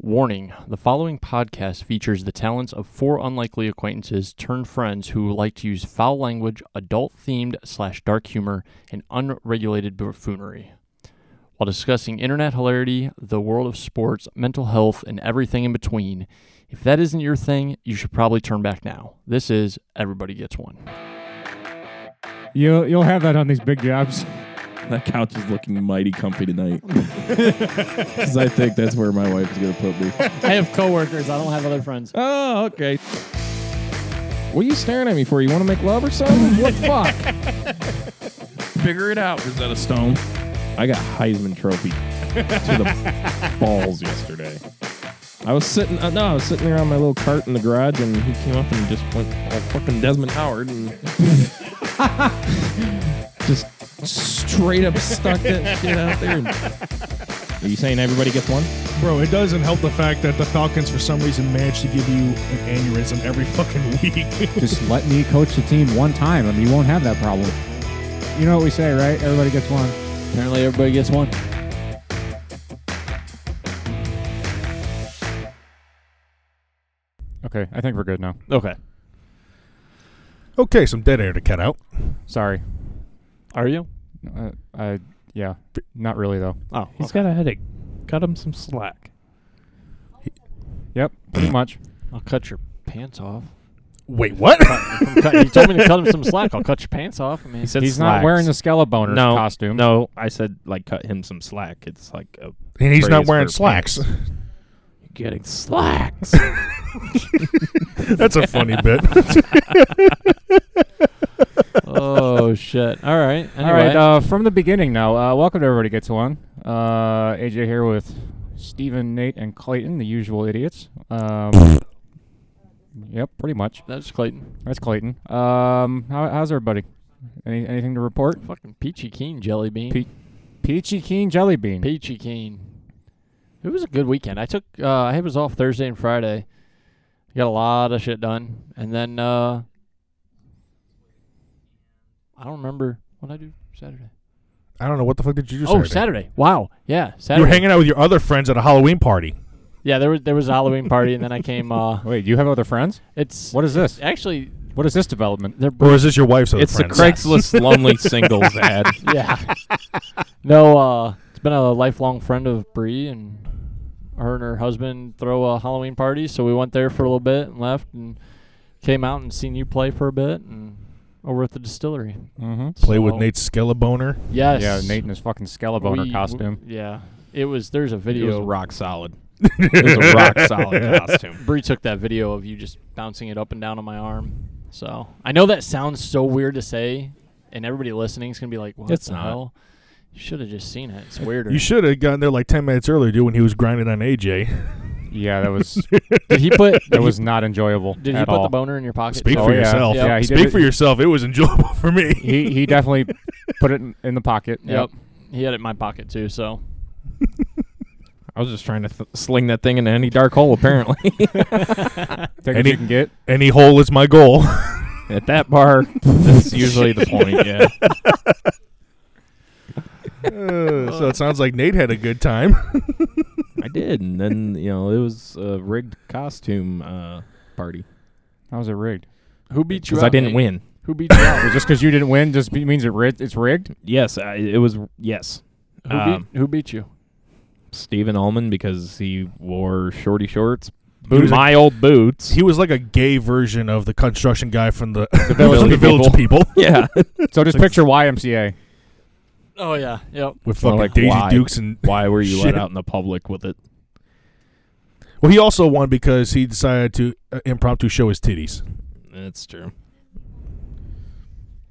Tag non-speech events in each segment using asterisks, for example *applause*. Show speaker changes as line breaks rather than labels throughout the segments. Warning the following podcast features the talents of four unlikely acquaintances turned friends who like to use foul language, adult themed slash dark humor, and unregulated buffoonery. While discussing internet hilarity, the world of sports, mental health, and everything in between, if that isn't your thing, you should probably turn back now. This is Everybody Gets One.
You you'll have that on these
*laughs*
big jobs.
That couch is looking mighty comfy tonight. Because I think that's where my wife is going to put me.
I have coworkers, I don't have other friends.
Oh, okay. What are you staring at me for? You want to make love or something? What fuck? *laughs* Figure it out. Is that a stone? I got Heisman Trophy to the *laughs* balls yesterday. I was sitting, uh, no, I was sitting there on my little cart in the garage, and he came up and just went all fucking Desmond Howard and *laughs* just straight up stuck that shit out there. Are you saying everybody gets one?
Bro, it doesn't help the
fact that the Falcons, for some reason, managed to give you an aneurysm every fucking *laughs* week.
Just let me coach the team one time. I mean, you won't have that problem. You know what we say, right? Everybody gets one.
Apparently, everybody gets one.
Okay, I think we're good now.
Okay.
okay, some dead air to cut out.
Sorry.
Are you?
Uh, I yeah, not really though.
Oh,
He's got a headache. Cut him some slack.
Yep, pretty much.
I'll cut your pants off.
Wait, what?
I'm cut- you told me to cut him some slack. I'll cut your pants off. I mean,
said
He's not wearing the Skeleton
no,
costume.
No, I said like cut him some slack. It's like a
and he's not
Praise
wearing
for
slacks.
getting
*laughs*
slacks.
That's a funny
*laughs*
bit.
oh shit! All right. Anyway.
All right, uh, from the beginning now. Uh, welcome to everybody gets one. Uh, AJ here with Steven, Nate, and Clayton, the usual idiots. Um, yep, pretty much.
That's Clayton.
That's Clayton. Um, how, how's everybody? Any, anything to report?
Fucking peachy keen jelly bean.
Pe- Peachy Keen Jelly Bean.
peachy keen. It was a good weekend. I took. Uh, I was off Thursday and Friday. Got a lot of shit done, and then uh, I don't remember what I do Saturday.
I don't know what the fuck did you do
Oh,
Saturday?
Saturday. Wow. Yeah, Saturday.
You were hanging out with your other friends at a Halloween party.
yeah, there was there was a Halloween party, and then I came.
*laughs*
Uh,
Wait, you have other friends?
it's
What is this?
actually
What is this development?
they're
Or is this your wife's other
It's the
friends?
Craigslist lonely
*laughs*
singles ad.
yeah. *laughs* No, uh, it's been a lifelong friend of Bree, and her and her husband throw a Halloween party. So we went there for a little bit and left, and came out and seen you play for a bit, and over at the distillery.
Mm-hmm.
Play with
So-
Nate Skelliboner.
Yes.
Yeah, Nate in his fucking Skeleton
We-
costume.
Yeah, it was. There's a
It was
video.
rock
*laughs*
solid. It was a rock solid costume.
Bree took that video of you just bouncing it up and down on my arm. So I know that sounds so weird to say, and everybody listening is gonna be like, "What
It's
the
not.
hell?" You should have just seen it. It's weirder.
You should have gotten there like 10 minutes earlier, dude, when he was grinding on AJ.
Yeah, that
*laughs*
was
Did he put?
that was not enjoyable
Did he
at
put
all.
the boner in your pocket?
Speak
Oh,
for
yeah.
yourself.
Yeah,
he did
Speak
it-
for yourself. It was enjoyable for me.
he he definitely
*laughs*
put it in, in the pocket.
Yep. He had it in my pocket too, so
I was just trying to th- sling that thing into any dark hole, apparently.
Take
And
what
he-
you can get.
Any hole is my
*laughs*
goal.
At that
*laughs*
bar, *laughs* that's usually the point, yeah.
Uh, *laughs* so it sounds like Nate had a good time.
I did, and then, you know, it was a rigged costume uh, party.
How was it rigged?
who beat you?
Because I
out,
didn't
Nate?
win.
Who beat you out?
Well, just because you didn't win just be, means it rigged, it's *laughs* rigged.
Yes, I, it was, yes.
Who,
Um,
beat, who beat you?
Steven Allman, because he wore shorty shorts,
He was a-
my old boots.
He was like a gay version of the construction guy *laughs* from the,
*laughs*
the
Village
village,
People.
people.
yeah.
So just picture YMCA.
Oh yeah, yep.
with fucking
like,
Daisy
why?
Dukes and
Why were you
Shit.
let out in the public with it?
well, he also won because he decided to uh, impromptu show his
*laughs*
titties.
That's true.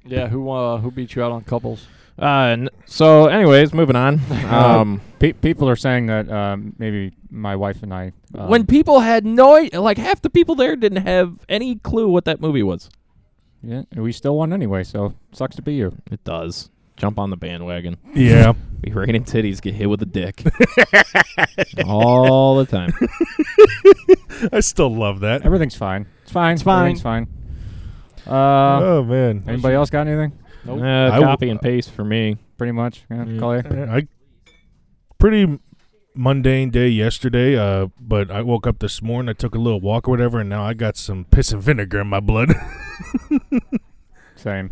Yeah, who uh, who beat you out on couples?
Uh, n- so, anyways, moving on. Um,
Pe- people are saying that um, maybe my wife and I. Um,
when people had no, i- like half the people there didn't have any clue what that movie was.
yeah, we still won anyway, so sucks to be you.
It does. Jump on the bandwagon.
Yeah,
Be raining titties, get hit with a dick. All the time.
I still love that.
Everything's fine. It's fine. It's
fine.
Everything's fine. Uh,
oh man,
anybody else got anything?
Nope.
Uh,
I w-
copy and paste for me.
Mm. Pretty much. Yeah,
Mm.
Collier?
I pretty mundane day yesterday, uh, but I woke up this morning. I took a little walk or whatever, and now I got some piss and vinegar in my blood. *laughs*
Same.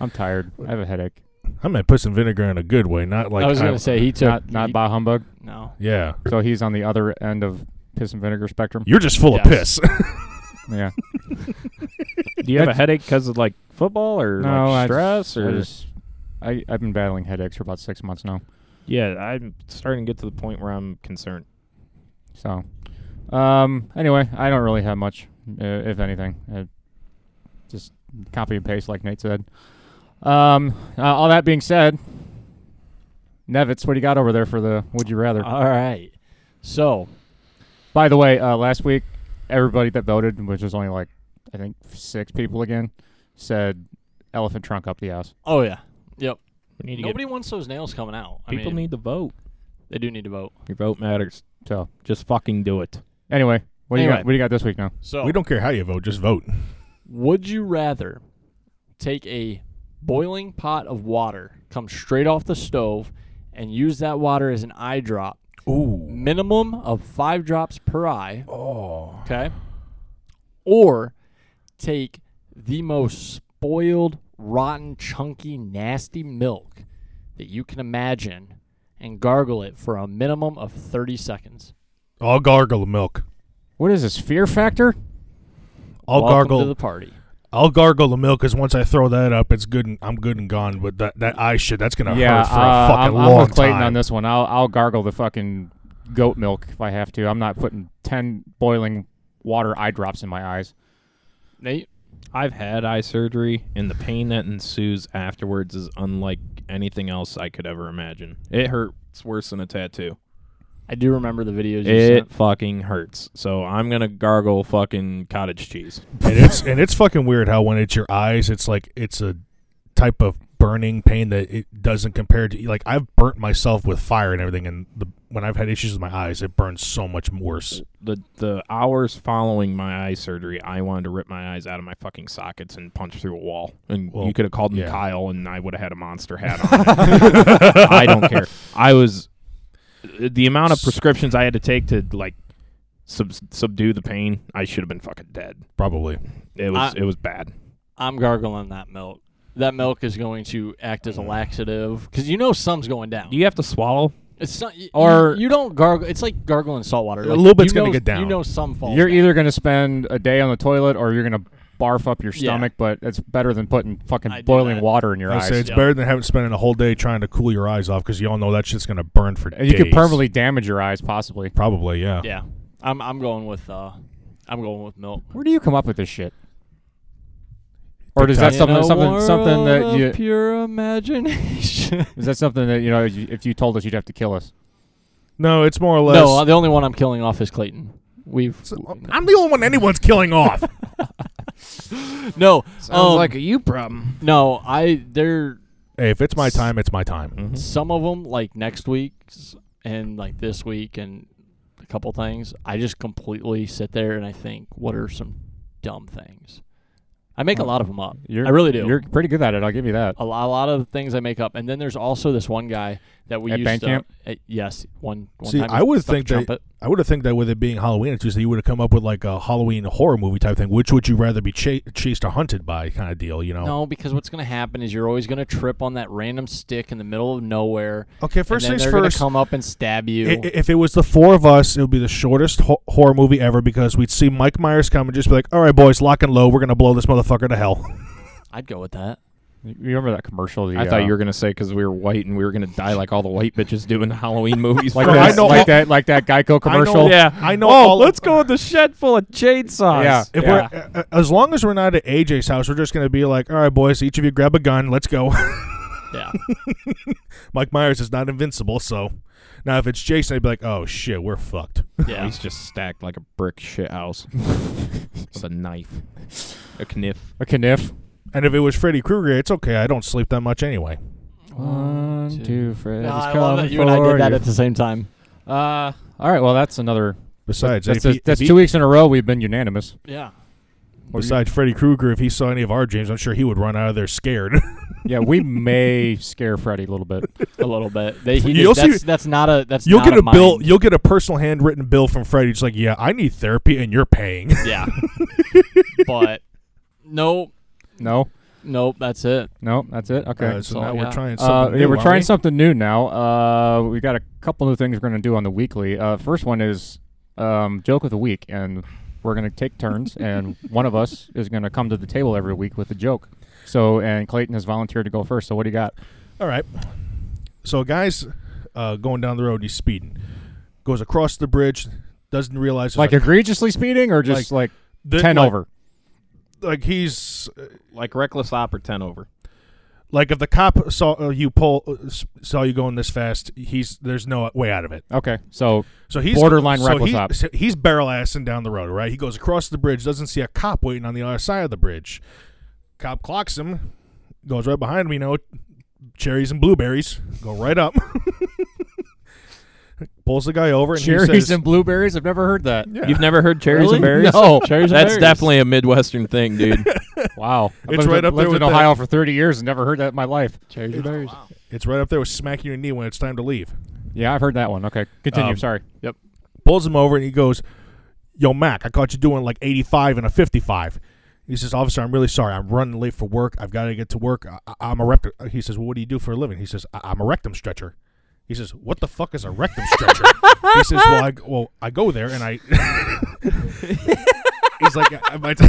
I'm tired. I have a headache.
I meant piss and vinegar in a good way, not like
I was going to say he took
not not
he-
bah humbug.
No,
Yeah,
So he's on the other end of piss and vinegar spectrum.
you're just full
Yes.
of piss. *laughs*
Yeah.
Do you have a headache because of like football or
no,
like,
I
stress
just,
or?
I just, I I've been battling headaches for about six months now.
yeah, I'm starting to get to the point where I'm concerned.
So, um, anyway, I don't really have much, uh, if anything. Uh just copy and paste, like Nate said. Um, uh, all that being said, Nevitz, what do you got over there for the Would You
Uh,
Rather?
All right. So
By the way, uh, last week, everybody that voted, which was only like, I think, six people again, said elephant trunk up the ass.
oh yeah, yep.
We need to
Nobody wants those nails coming out.
get people
I mean,
need to vote.
they do need to vote.
Your vote matters.
So,
Just fucking do it.
anyway, what do you
Anyway.
got? What do you got this week now?
So
We don't care how you vote, just vote.
Would you rather take a boiling pot of water, come straight off the stove, and use that water as an eye drop,
Ooh,
minimum of five drops per eye,
oh,
okay? Or take the most spoiled, rotten, chunky, nasty milk that you can imagine and gargle it for a minimum of 30 seconds.
I'll gargle the milk.
What is this fear factor?
I'll
Welcome
gargle.
to the party.
I'll gargle the milk because once I throw that up, it's good. and I'm good and gone. But that that eye shit, that's gonna
yeah,
hurt for
uh,
a fucking
I'm,
long
I'm with Clayton
time.
on this one. I'll I'll gargle the fucking goat milk if I have to. I'm not putting ten boiling water eye drops in my eyes.
Nate?
I've had eye surgery, and the pain that ensues afterwards is unlike anything else I could ever imagine. It hurts worse than a tattoo.
I do remember the videos you
It
sent.
fucking hurts. So I'm gonna gargle fucking cottage cheese.
and it's and it's fucking weird how when it's your eyes, it's like it's a type of burning pain that it doesn't compare to. Like I've burnt myself with fire and everything, and the, when I've had issues with my eyes, it burns so much worse.
The the hours following my eye surgery, I wanted to rip my eyes out of my fucking sockets and punch through a wall. And
Well,
you could have called me
yeah.
Kyle, and I would have had a monster hat on. I don't care. *laughs* I was the amount of prescriptions I had to take to like sub- subdue the pain. I should have been fucking dead.
Probably.
It was
I-
it was bad.
I'm gargling that milk. That milk is going to act as a laxative because you know someme's going down.
Do you have to swallow?
it's not, you,
Or-
you, don't gargle. It's like gargling salt water.
A
Like,
little bit's
you
gonna
know-
get down.
You know some falls.
you're
down.
either gonna spend a day on the toilet or you're gonna barf up your
Yeah.
stomach, but it's better than putting fucking
I do
boiling
that.
water in your
I
eyes.
say it's
yeah.
better than having spending a whole day trying to cool your eyes off because you all know that shit's gonna burn for
And you could
days.
permanently damage your eyes, possibly.
Probably, yeah.
Yeah, I'm I'm going with uh, I'm going with milk.
Where do you come up with this shit? Or is that
In
something
a
something something
world
that
of
you
pure *laughs* imagination.
is that something that you know you- if you told us you'd have to kill us?
No, it's more or less.
no, uh, the only one I'm killing off is Clayton. We've
I'm the only one anyone's killing off.
no um,
a you problem.
no. I there
hey, if it's my time, it's my time.
Mm-hmm.
some of them like next week's and like this week and a couple things i just completely sit there and i think what are some dumb things i make a lot of them up
You're,
i really do Oh.
You're pretty good at it. I'll give you that.
a lot, a lot of things i make up and then there's also this one guy that we
At
used
Bandcamp?
to at- yes one, one
See,
time he
I would
stuck a
think that-
trumpet.
I would have think that with it being Halloween, it's just that you would have come up with like a Halloween horror movie type thing. Which would you rather be cha- chased or hunted by, kind of deal? You know.
no because what's going to happen is you're always going to trip on that random stick in the middle of nowhere
Okay, first
and then
things
they're gonna
first.
come up and stab you
I- i- If it was the four of us, it would be the shortest ho- horror movie ever because we'd see Mike Myers come and just be like, "All right, boys, lock and low. We're gonna blow this motherfucker to hell."
i'd go with that
You remember that commercial? The,
I thought
uh,
you were gonna say because we were white and we were gonna die like all the white bitches do in the *laughs* Halloween movies.
uh, like
Bro,
that,
I know all-
like that, like that Geico commercial.
yeah,
I know
Oh,
all-
let's go with the shed full of chainsaws.
Yeah.
If we're, uh, as long as we're not at AJ's house, we're just gonna be like, "All right, boys, each of you grab a gun. Let's go." *laughs*
yeah
Mike Myers is not invincible, so now if it's Jason, I'd be like, "Oh shit, we're fucked."
yeah
He's just stacked like a brick shit *laughs* house. it's a knife, a kniff.
A kniff.
And if it was Freddy Krueger, it's okay. I don't sleep that much anyway.
One, two.
Fred.
Yeah, I love that you and I did that at the same time.
Uh, all right. Well, that's another.
Besides,
that's
if
a-
he-
that's
if he-
two weeks in a row we've been unanimous.
Yeah.
Or you-
Besides Freddy Krueger, if he saw any of our dreams, I'm sure he would run out of there scared. *laughs*
yeah, we may scare Freddy a little bit.
a little bit. They,
*laughs*
he,
You'll see-
that's, that's not a that's
you'll
not
get a,
mine.
bill. You'll get a personal handwritten bill from Freddy. It's like, yeah, I need therapy, and you're paying. *laughs*
Yeah, but nope,
No,
nope. That's it.
no, that's it. Okay.
*laughs* Uh, so
all
now
I
we're
got.
trying
Uh,
something.
yeah,
new,
we're
aren't
trying
we?
something new now. Uh, we got a couple new things we're going to do on the weekly. Uh, first one is um, joke of the week, and we're going to take *laughs* turns, and one of us is going to come to the table every week with a joke. So, and Clayton has volunteered to go first. So, what do you got?
All right. So a guy's uh, going down the road. He's speeding. Goes across the bridge. Doesn't realize there's
Like egregiously speeding, or just like,
the-
ten
like-
over?
Like he's uh,
Like reckless op or ten over.
like if the cop saw uh, you pull uh, s- saw you going this fast, he's there's no way out of it.
Okay, so
So he's
Borderline
so
reckless
he-
op.
so he's barrel assing down the road, right? He goes across the bridge, doesn't see a cop waiting on the other side of the bridge. Cop clocks him, goes right behind me. You know, cherries and blueberries go right up. *laughs* Pulls the guy over and he
cherries
says,
and blueberries. I've never heard that.
*laughs* Yeah.
You've never heard cherries
Really?
and berries?
No.
cherries.
and
That's
berries.
definitely a midwestern thing, *laughs* dude.
Wow, I've
It's
lived
right
in-
up there
lived
with
in
that.
Ohio for thirty years and never heard that in my life.
Cherries and berries.
"It's right up there with smacking your knee when it's time to leave."
Yeah, I've heard that one. Okay, continue.
Um,
Sorry.
Pulls him over and he goes, "Yo, Mac, I caught you doing like 85 and a 55." He says, "Officer, I'm really sorry. I'm running late for work. I've got to get to work. I- I- I'm a rectum." He says, "Well, what do you do for a living?" He says, I- "I'm a rectum stretcher." He says, "What the fuck is a rectum stretcher?" he says, "Well, I g- well I go there and I." *laughs* He's like, I, my *laughs* t-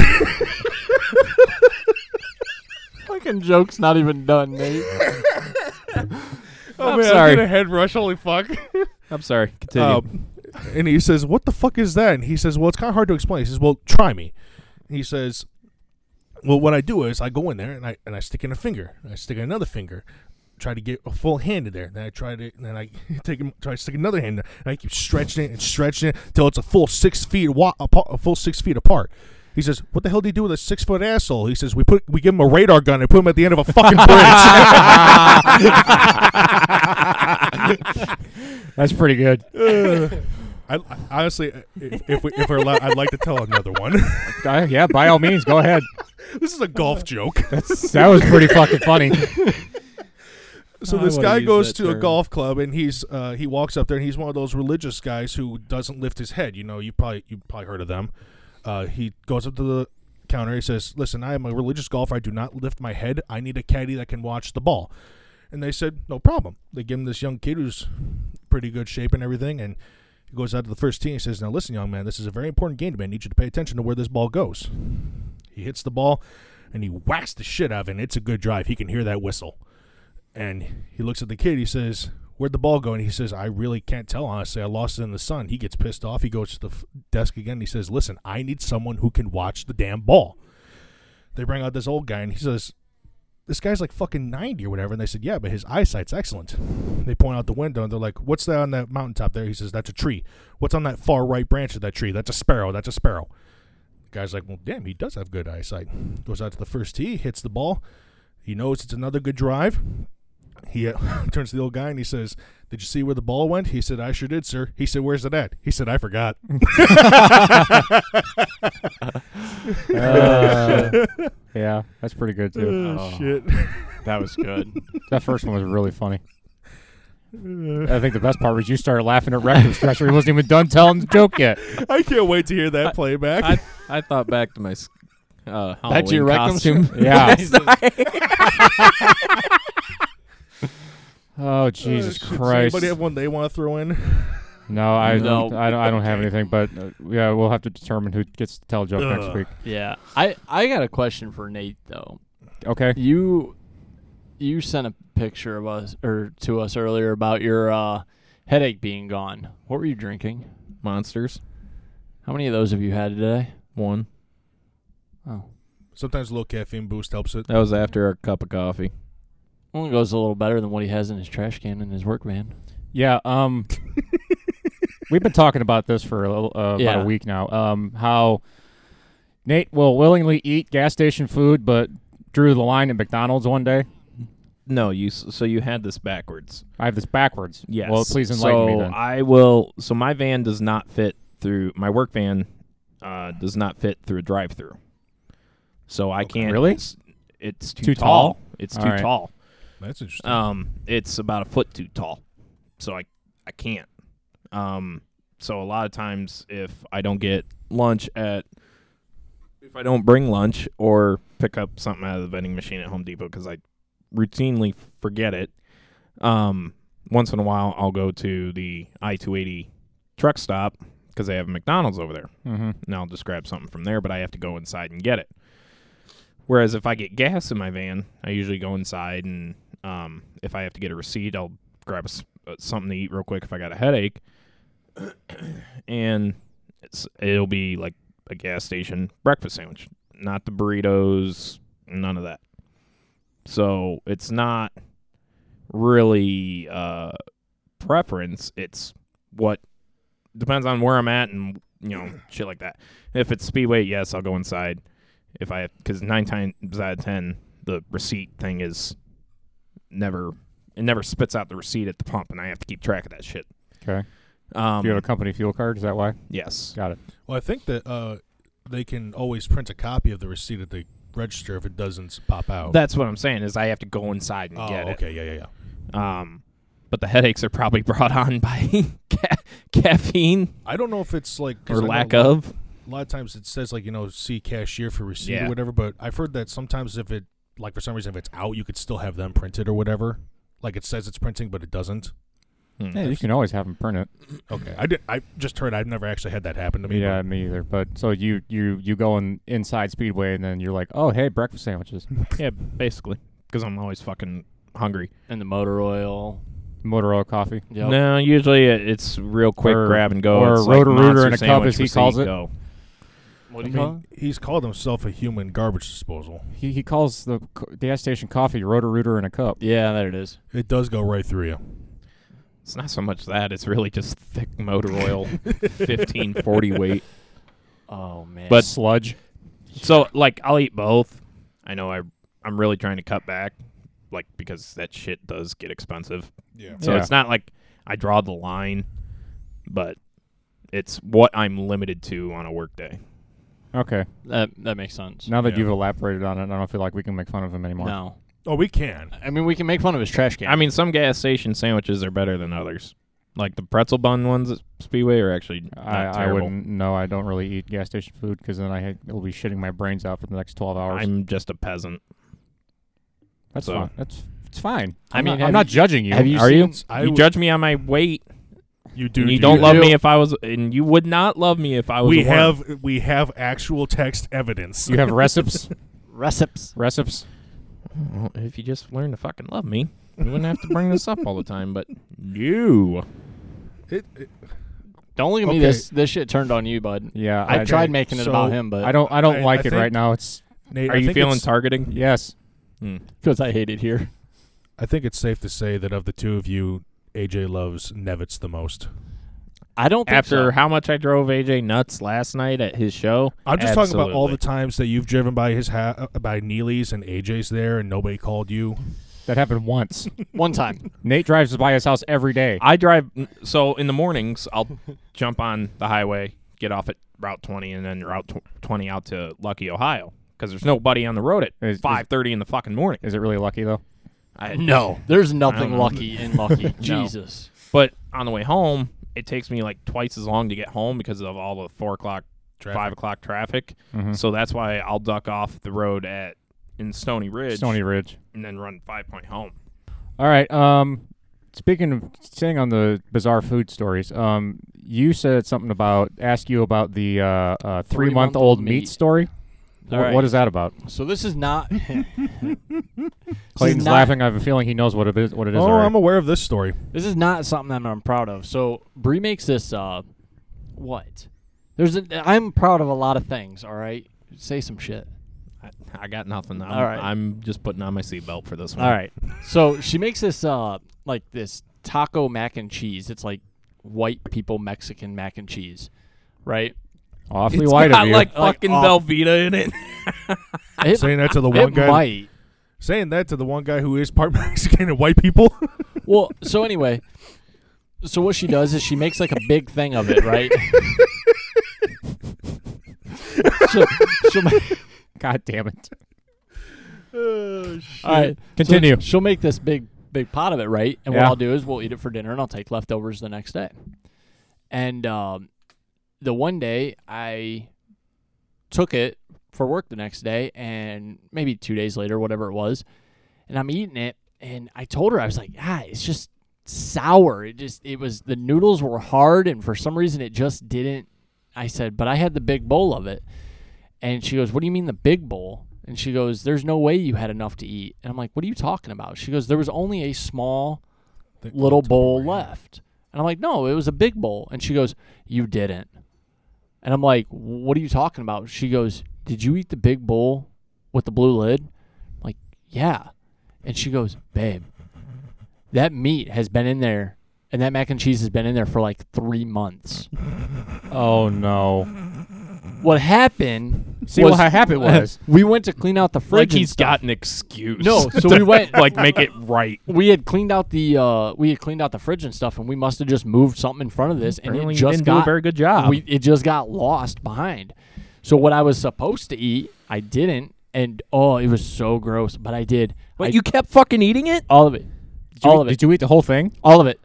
Fucking joke's not even done, Nate.
Oh,
I'm sorry.
head rush. Holy fuck!"
I'm sorry. Continue.
Uh, and he says, "What the fuck is that?" And he says, "Well, it's kind of hard to explain." He says, "Well, try me." And he says, "Well, what I do is I go in there and I and I stick in a finger. I stick in another finger, try to get a full hand in there. Then I try to, and then I *laughs* take him, try to stick another hand. In there. And I keep stretching it and stretching it till it's a full six feet, wa- apart, a full six feet apart." He says, "What the hell do you do with a six foot asshole?" He says, "We put we give him a radar gun and put him at the end of a fucking bridge."
That's pretty good.
*laughs* I, I- honestly, if, if, we, if we're allowed, I'd like to tell another one. *laughs*
Uh, yeah, by all means, go ahead.
this is a golf joke.
That was pretty
*laughs*
fucking funny.
So
I
this
wouldn't
guy
use
goes
that
to a
term.
golf club and he's uh, he walks up there and he's one of those religious guys who doesn't lift his head. You know, you probably you probably heard of them. Uh, he goes up to the counter. He says, "Listen, I am a religious golfer. I do not lift my head. I need a caddy that can watch the ball." And they said, "No problem." They give him this young kid who's pretty good shape and everything, and he goes out to the first tee and he says, "Now listen, young man, this is a very important game to me. I need you to pay attention to where this ball goes." He hits the ball, and he whacks the shit out of it. And it's a good drive. He can hear that whistle. And he looks at the kid. He says, "Where'd the ball go?" And he says, "I really can't tell. Honestly, I lost it in the sun." He gets pissed off. He goes to the f- desk again. He says, "Listen, I need someone who can watch the damn ball." They bring out this old guy, and he says, "This guy's like fucking ninety or whatever." And they said, "Yeah, but his eyesight's excellent." They point out the window, and they're like, "What's that on that mountaintop there?" He says, "That's a tree. What's on that far right branch of that tree? That's a sparrow. That's a sparrow." Guy's like, "Well, damn, he does have good eyesight." Goes out to the first tee, hits the ball. He knows it's another good drive. He uh, *laughs* turns to the old guy and he says, "Did you see where the ball went?" He said, "I sure did, sir." He said, "Where's it at?" He said, "I *laughs* forgot."
Uh, yeah, that's pretty good too.
Oh,
Shit.
that was good.
That first one was really funny.
*laughs*
I think the best part was you started laughing at rectum stretcher. He wasn't even done telling the
*laughs*
joke yet.
I can't wait to hear that playback.
*laughs*
*laughs*
I, *laughs* I thought back to my s- uh, Halloween
That's your rectum
costume.
*laughs*
*laughs*
Yeah. oh Jesus
Shit, does
Christ!
Anybody have one they want to throw in? *laughs*
No, I
No.
don't. I don't. I don't have anything. But uh, yeah, we'll have to determine who gets to tell a joke next
Ugh.
week.
yeah, I I got a question for Nate though.
Okay.
You you sent a picture of us or to us earlier about your uh, headache being gone. What were you drinking?
*laughs* Monsters.
How many of those have you had today?
One.
Oh,
Sometimes a little caffeine boost helps it.
That was after our cup of coffee.
one goes a little better than what he has in his trash can in his work van.
Yeah. Um, we've been talking about this for a little, uh, about
Yeah.
a week now. Um, how Nate will willingly eat gas station food, but drew the line at McDonald's one day.
No, you. s- So you had this backwards.
I have this backwards.
Yes.
Well, please enlighten
so
me then.
I will. So my van does not fit through my work van. Uh, does not fit through a drive-through. so I can't.
Really?
It's, it's too,
Too
tall.
tall?
It's
All
too
right.
tall.
That's interesting.
Um, it's about a foot too tall, so I I can't. Um, so a lot of times if I don't get lunch at, if I don't bring lunch or pick up something out of the vending machine at Home Depot because I routinely forget it. Um, once in a while I'll go to the I two eighty truck stop because they have a McDonald's over there
Mm-hmm.
and I'll just grab something from there, but I have to go inside and get it. Whereas if I get gas in my van, I usually go inside and um, if I have to get a receipt, I'll grab a s uh, something to eat real quick if I got a headache. and it's, it'll be like a gas station breakfast sandwich, not the burritos, none of that. So it's not really uh, preference. It's what depends on where I'm at and you know shit like that. If it's speedway, yes, I'll go inside. If I because nine times out of ten, the receipt thing is never it never spits out the receipt at the pump, and I have to keep track of that shit.
Okay.
Um,
Do you have a company fuel card? Is that why?
yes,
Got it.
well, I think that uh, they can always print a copy of the receipt at the register if it doesn't pop out.
that's what I'm saying is I have to go inside and
oh,
get
okay, yeah, yeah, yeah.
it. Um, but the headaches are probably *laughs* brought on by *laughs* ca- caffeine
I don't know if it's like 'cause
or
I know
lack
a lot-
of.
A lot of times it says like you know see cashier for receipt
Yeah.
or whatever, but I've heard that sometimes if it like for some reason if it's out, you could still have them printed or whatever. Like it says it's printing, but it doesn't.
Hmm.
Yeah, you can always have them print it.
Okay, I did. I just heard. I've never actually had that happen to me.
yeah, me either. But so you you you go in, inside Speedway, and then you're like, oh hey, breakfast sandwiches,
Yeah, basically because I'm always fucking hungry.
And the motor oil.
motor oil coffee.
Yep.
No, usually it- it's real quick
Or-
grab and go.
or
it's like
Roto-Rooter
monster
in a cup,
sandwich
as he
receipt,
calls it.
Go.
What do
but, I
you call
mean, he's called himself a human garbage disposal.
He he calls the co- gas station coffee roto rooter in a cup.
it? Yeah, there it is.
It does go right through you.
It's not so much that; it's really just thick motor *laughs* oil, fifteen forty weight.
Oh man.
But-
sludge.
So, like, I'll eat both. I know I I'm really trying to cut back, like because that shit does get expensive.
Yeah.
So
Yeah.
it's not like I draw the line, but it's what I'm limited to on a workday.
Okay.
that that makes sense.
Now that
Yeah.
you've elaborated on it, I don't feel like we can make fun of him anymore.
No.
Oh, we can.
I mean, we can make fun of his trash can.
I mean, some gas station sandwiches are better than others. Like the pretzel bun ones at Speedway are actually not
I, I
terrible.
wouldn't. No, I don't really eat gas station food because then I ha- will be shitting my brains out for the next twelve hours.
I'm just a peasant.
That's
so-
fine. That's it's fine.
I
I'm
mean,
not-
have
I'm not
you-
judging you.
have you
Are
seen,
you?
I
you
would-
judge me on my weight.
You do.
and you
do
don't
that.
love
do.
me if I was, and you would not love me if I was.
We
a worm.
have we have actual text evidence.
You have recipes.
recipes?
recipes.
Well, if you just learned to fucking love me, you wouldn't have to bring this up all the time. But you,
*laughs* It, it-
Don't look at me.
Okay.
This this shit turned on you, bud.
Yeah,
I,
I
tried making it
so
about him, but
I don't. I don't
I-
like
I
it
think-
right now. It's
Nate,
are
I
you
think
feeling
it's-
targeting?
yes.
Mm.
because I hated here.
I think it's safe to say that of the two of you, AJ loves Nevitz the most.
I don't think
After
so.
how much I drove AJ nuts last night at his show,
I'm just talking about all the
Absolutely.
times that you've driven by his ha- uh, by Neely's and AJ's there, and nobody called you.
That happened once.
one time.
Nate drives by his house every day.
I drive. So in the mornings,
*laughs*
I'll jump on the highway, get off at Route 20, and then Route tw- 20 out to Lucky, Ohio, because there's nobody on the road
Is-
at
is-
5:30 in the fucking morning.
Is it really lucky though?
*laughs*
I,
No, there's nothing
know.
lucky in *laughs* lucky. Jesus.
But on the way home, it takes me like twice as long to get home because of all the four o'clock,
Traffic.
five o'clock traffic.
Mhm.
So that's why I'll duck off the road at in Stony Ridge
Stony Ridge.
and then run five point home.
All right. Um, speaking of staying on the bizarre food stories, um, you said something about ask you about the uh, uh, three month old
Three-month-old
meat,
meat.
story.
All
Wh-
right.
What is that about?
So this is not. *laughs* this is
Clayton's
not-
laughing. I have a feeling he knows what it is. What it is.
Oh,
already.
I'm aware of this story.
This is not something that I'm proud of. So Brie makes this. Uh, what? There's. A, I'm proud of a lot of things. All right. Say some shit.
I, I got nothing. I'm,
All right.
I'm just putting on my seatbelt for this one.
All right. So she makes this uh like this taco mac and cheese. It's like white people Mexican mac and cheese, right?
awfully
It's
white
got
of you.
like
Like,
fucking
off-
Velveeta in it.
It,
Saying that to the one
it
guy.
might.
Saying that to the one guy who is part *laughs* Mexican and white people.
Well, so anyway, so what she does is she makes like a big thing
*laughs*
of it, right? she'll, she'll, ma-
God damn it.
All right,
Continue.
So she'll make this big, big pot of it, right? And what
Yeah.
I'll do is we'll eat it for dinner, and I'll take leftovers the next day. And um, the one day I took it for work the next day, and maybe two days later, whatever it was, and I'm eating it, and I told her I was like, ah, it's just sour. It just it was the noodles were hard, and for some reason it just didn't. I said, but I had the big bowl of it. And she goes, What do you mean the big bowl? And she goes, There's no way you had enough to eat. And I'm like, What are you talking about? She goes, There was only a small *laughs*
Think
little
Tupperware.
bowl left. And I'm like, No, it was a big bowl. And she goes, You didn't. And I'm like, What are you talking about? She goes, Did you eat the big bowl with the blue lid? I'm like, Yeah. And she goes, Babe, that meat has been in there and that mac and cheese has been in there for like three months.
Oh, no.
What happened?
See
was,
what happened was.
we went to clean out the fridge.
Like
and
he's
stuff.
got an excuse. *laughs*
No, so
to,
we went-
like make *laughs* it right.
we had cleaned out the uh, we had cleaned out the fridge and stuff, and we must have just moved something in front of this, and
Apparently
it
you
just
didn't do a
got
very good job.
We, it just got lost behind. So what I was supposed to eat, I didn't, and oh, it was so gross. But I did. I-
kept fucking eating it?
all of it,
Did you,
all of
eat-
it,
did you eat the whole thing?
all of it.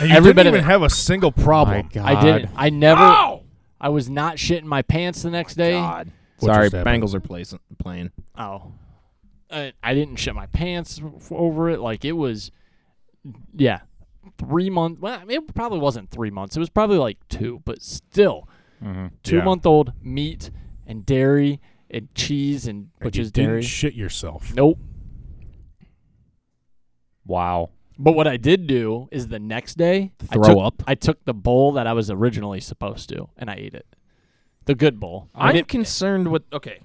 And you
Every bit of
didn't even
it.
have a single problem.
God.
I didn't. I never. I was not shitting my pants the next day.
God.
What
Sorry,
just happened?
Bengals are placing, playing.
Oh, I, I didn't shit my pants f- over it. Like it was, yeah, three months. Well, I mean, it probably wasn't three months. It was probably like two, but still, two
Mm-hmm. Yeah.
month old meat and dairy and cheese and
And
which
you
is
didn't
dairy.
shit yourself. *laughs*
nope.
Wow.
But what I did do is the next day,
Throw
I took,
up?
I took the bowl that I was originally supposed to, and I ate it. The good bowl. I
I'm
didn't-
concerned with. Okay.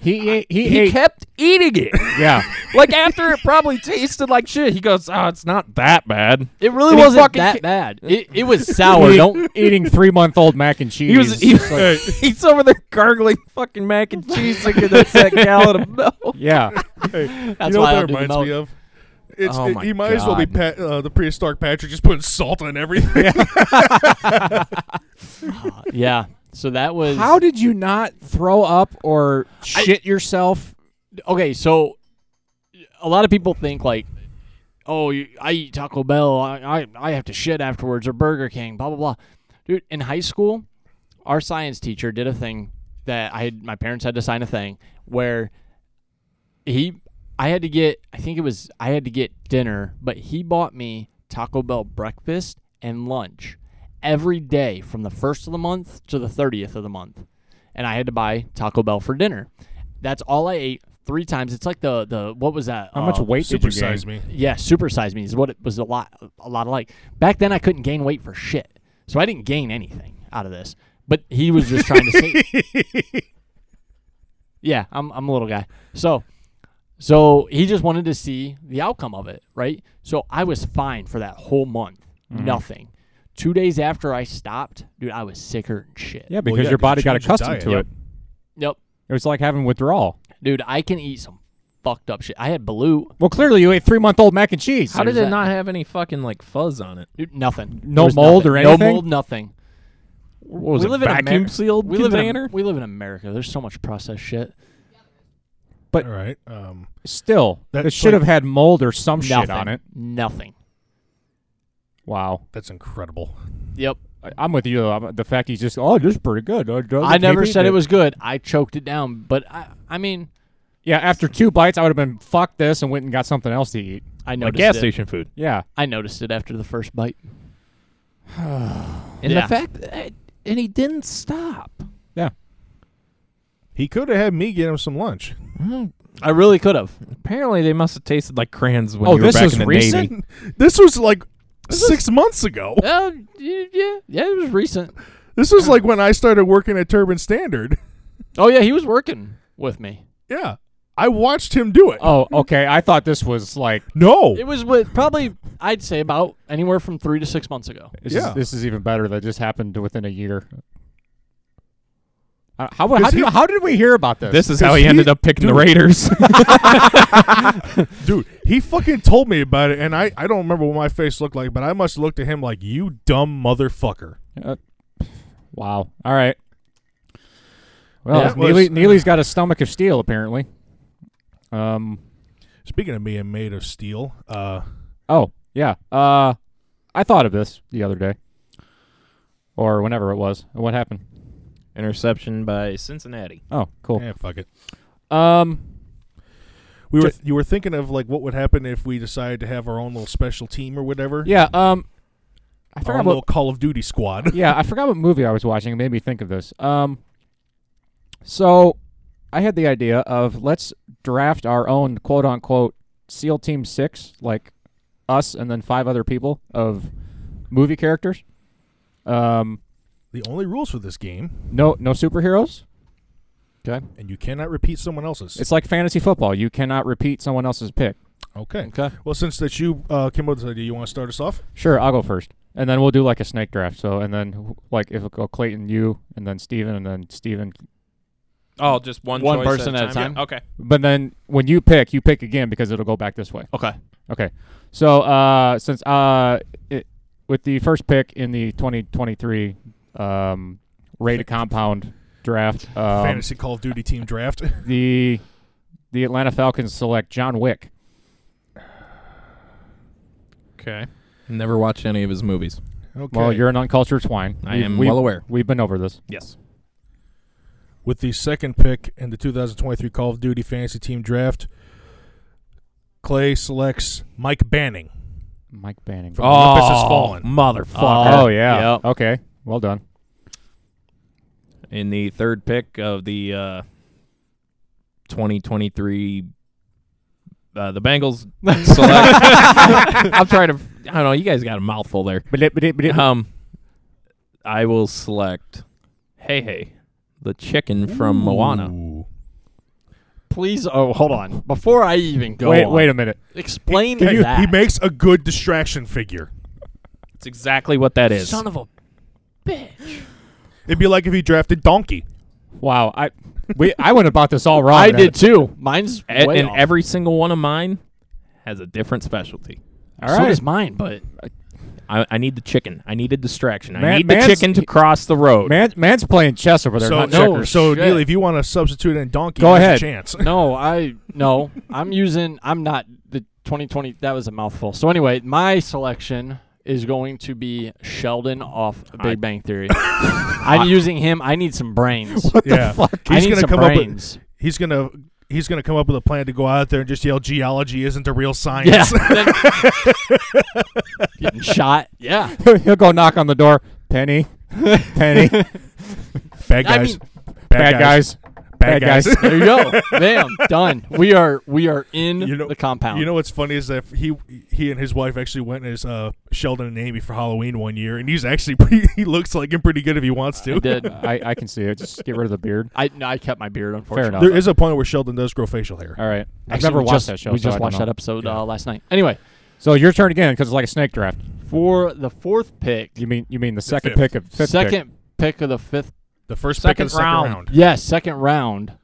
He ate. Uh, He,
He
ate.
kept eating it.
yeah.
like after it probably tasted like shit, he goes, "Oh, it's not that bad."
it really
and he
wasn't
fucking
that
ca-
bad. It, it
*laughs*
was sour. Don't
Eating three month old mac and cheese.
He was he,
*laughs*
*laughs*
he's over there gargling fucking mac and cheese thinking that's that *laughs* gallon of milk.
yeah.
That's
you
why
know what
I don't
that
do the
reminds me
milk.
of? It's,
Oh
it-
my
he might as well be
God.
Pat, uh, the prehistoric Patrick, just putting salt
*laughs*
on everything. *laughs*
Yeah. So that was
How did you not throw up or shit yourself?
okay, so a lot of people think like, oh, you, I eat Taco Bell, I, I I have to shit afterwards, or Burger King, blah blah blah. Dude, in high school, our science teacher did a thing that I had my parents had to sign a thing where he I had to get I think it was I had to get dinner, but he bought me Taco Bell breakfast and lunch every day from the first of the month to the thirtieth of the month. And I had to buy Taco Bell for dinner. That's all I ate three times. It's like the the what was that?
How much
Uh,
weight did you gain?
Supersize me.
yeah, supersize me is what it was a lot a lot like. Back then I couldn't gain weight for shit. So I didn't gain anything out of this. But he was just trying to save.
*laughs*
yeah, I'm I'm a little guy. So so he just wanted to see the outcome of it, right? So I was fine for that whole month.
Mm-hmm.
Nothing. 2 days after I stopped, dude, I was sicker and shit.
Yeah, because
yeah,
your
'cause
body
you
got
changed your
accustomed to
diet.
it.
Yep.
It was like having withdrawal.
Dude, I can eat some fucked up shit. I had balut,
Well, clearly you ate three month old mac and cheese.
How did
There's
it
that.
not have any fucking like fuzz on it?
dude, nothing.
No
There was
mold or
nothing. No
anything?
mold, nothing.
What was
we
it,
live in
vacuum
Ameri-
sealed
we live in Am-
container?
we live in America. There's so much processed shit.
All right. Um,
Still,
That's
it should
like-
have had mold or some shit
Nothing.
on it.
Nothing.
Wow.
that's incredible.
Yep.
I- I'm with you. though. I'm- The fact he's just, oh, this is pretty good. I,
I never said it was good. I choked it down, but I I mean,
Yeah, after two bites, I would have been, fuck this, and went and got something else to eat.
I
like
noticed
gas
it.
station food.
Yeah.
I noticed it after the first bite.
And
Yeah.
the fact that and he didn't stop.
Yeah.
He could have had me get him some lunch. *laughs*
I really could have.
Apparently they must have tasted like crayons when
Oh,
you were
this
back
was
in the
recent?
Navy.
This was like six months ago.
Oh, yeah, yeah, yeah, it was recent.
This was like when I started working at Turban Standard. *laughs*
Oh yeah, he was working with me.
Yeah. I watched him do it.
*laughs*
Oh, okay. I thought this was like,
no.
It was with probably I'd say about anywhere from 3 to 6 months ago.
this,
Yeah.
is, this is even better. That just happened within a year. Uh, How, how,
Because
do you-
he-
how did we hear about this?
This is how
Because
he
he-
ended up picking the *laughs* Raiders.
Dude, he fucking told me about it, and I, I don't remember what my face looked like, but I must have looked at him like, you dumb motherfucker.
Uh, wow. All right. Well,
That
Neely,
was-
Neely's got a stomach of steel, apparently. Um.
Speaking of being made of steel, uh,
Oh yeah. Uh, I thought of this the other day, or whenever it was. What happened?
Interception by Cincinnati.
Oh, cool.
yeah, fuck it.
Um.
We were you were thinking of like what would happen if we decided to have our own little special team or whatever.
Yeah. Um. I
our own
forgot
little
what.
Call of Duty squad. *laughs*
yeah, I forgot what movie I was watching. It made me think of this. Um. So, I had the idea of let's draft our own quote unquote SEAL Team Six, like us and then five other people of movie characters. Um.
the only rules for this game,
No. No superheroes. Okay.
and you cannot repeat someone else's.
It's like fantasy football. You cannot repeat someone else's pick.
okay.
Okay.
Well, since that you uh, came up with this idea, you want to start us off?
Sure, I'll go first. And then we'll do like a snake draft. So, and then wh- like if we go Clayton, you, and then Steven, and then Steven.
Oh, just one
One
choice
person
at a
at a
time.
time?
Yeah, okay.
But then when you pick, you pick again because it'll go back this way.
Okay.
Okay. So, uh, since uh, it, with the first pick in the 2023 um, rated compound draft, um,
Fantasy Call of Duty team draft. *laughs*
the the Atlanta Falcons select John Wick.
Okay. Never watched any of his movies.
Okay.
Well, you're an uncultured swine.
I
We've-
am
we've-
well aware.
We've been over this.
Yes.
with the second pick in the 2023 Call of Duty Fantasy Team Draft. Clay selects Mike Banning.
Mike Banning.
From Olympus Has Fallen.
Oh, motherfucker!
Oh yeah. Okay. Well done.
In the third pick of the uh, 2023, uh, the Bengals select. I'm trying to. I don't know. You guys got a mouthful there. *laughs* Um, I will select. Hey, hey, the chicken from Moana.
Ooh.
Please. Oh, hold on. Before I even go,
wait,
on,
wait a minute.
Explain
He,
that.
he makes a good distraction figure.
It's exactly what that is.
Son of a bitch.
It'd be like if he drafted Donkey.
Wow, I we I went about this all wrong.
I did too. Mine's
A-
way
and
off.
every single one of mine has a different specialty.
All
So
right.
does mine, but
I, I need the chicken. I need a distraction. I
Man-
need the
man's-
chicken to cross the road.
Man, man's playing chess over there.
So,
not
no,
checkers.
so
shit.
Neely, if you want to substitute in Donkey,
Go
there's
ahead.
A
*laughs*
chance. *laughs*
no, I no. I'm using. I'm not the 2020. That was a mouthful. So anyway, my selection is going to be Sheldon off Big
I-
Bang
*laughs*
Theory. I'm using him. I need some brains.
yeah.
I
He's
need
gonna
some
come up with-
brains.
He's gonna he's gonna come up with a plan to go out there and just yell geology isn't a real science.
yeah.
*laughs*
Getting shot.
*laughs*
Yeah.
*laughs* he'll go knock on the door. Penny, *laughs*
*laughs*
Penny, bad,
Bad
I
guys.
mean-
bad,
guys,
Bad guys.
There you go. Bam. Done. We are we are in
You know-
the compound.
You know what's funny is that he he and his wife actually went as uh, Sheldon and Amy for Halloween one year, and he's actually *laughs* pretty, he looks like him pretty good if he wants
I
to.
did.
I I can see it. Just get rid of the beard.
I no, I kept my beard unfortunately.
enough.
There is a point where Sheldon does grow facial hair.
All right. I've
Actually,
never
we
watched
just-
that show.
We
so
just
I don't
watched that
know.
episode
Yeah.
uh, last night. Anyway,
So your turn again because it's like a snake draft.
for the fourth pick,
You mean you mean the second
fifth.
pick of fifth pick.
second pick of the fifth.
The first pick
Second
of the second
round.
round.
Yes, second round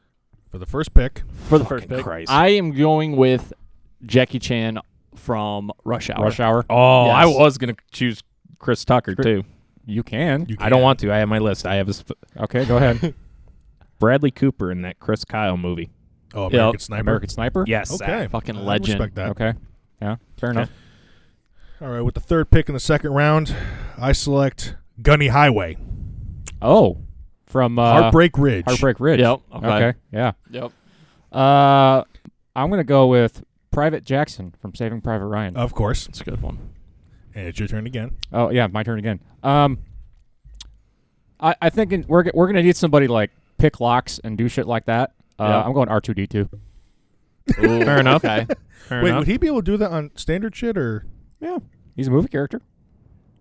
For the first pick,
for the first
Fucking
pick.
Christ.
I am going with Jackie Chan from Rush Hour.
rush hour?
oh, I
Yes.
was gonna choose Chris Tucker too.
You can.
you
I don't
can.
want to. I have my list. I have a sp-
Okay, go
*laughs*
ahead.
Bradley Cooper in that Chris Kyle movie.
Oh, American
Yep.
Sniper.
American Sniper.
Yes.
Okay.
Fucking
I
legend.
respect that.
Okay. Yeah. Fair enough.
All right, with the third pick in the second round, I select Gunny Highway,
Oh, from uh,
Heartbreak Ridge.
Heartbreak Ridge.
Yep. Okay.
Okay. Yeah.
Yep.
Uh, I'm gonna go with Private Jackson from Saving Private Ryan.
Of course.
That's a good one.
And it's your turn again.
oh yeah, my turn again. Um, I I think in, we're g- we're gonna need somebody like pick locks and do shit like that. Uh,
Yeah.
I'm going R2D2.
*laughs* Fair enough.
Okay.
Fair
Wait,
enough.
would he be able to do that on standard shit or?
Yeah, he's a movie character.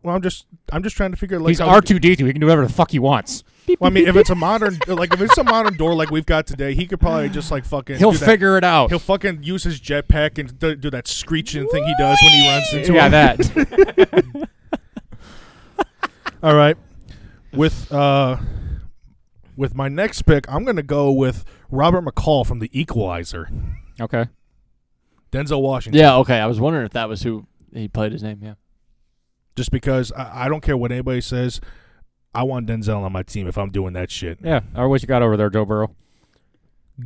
Well, I'm just I'm just trying to figure like
he's
how-
R2D2. He can do whatever the fuck he wants.
Well, I mean, if it's a modern, like if it's a modern door like we've got today, he could probably just like fucking.
He'll
do that.
figure it out.
He'll fucking use his jetpack and do, do that screeching thing he does when he runs into
*laughs* yeah,
him.
that.
*laughs* All right, with uh, with my next pick, I'm gonna go with Robert McCall from The Equalizer,
okay.
Denzel Washington.
Yeah. Okay. I was wondering if that was who he played his name. Yeah.
Just because I, I don't care what anybody says, I want Denzel on my team if I'm doing that shit.
Yeah. Or what you got over there, Joe Burrow?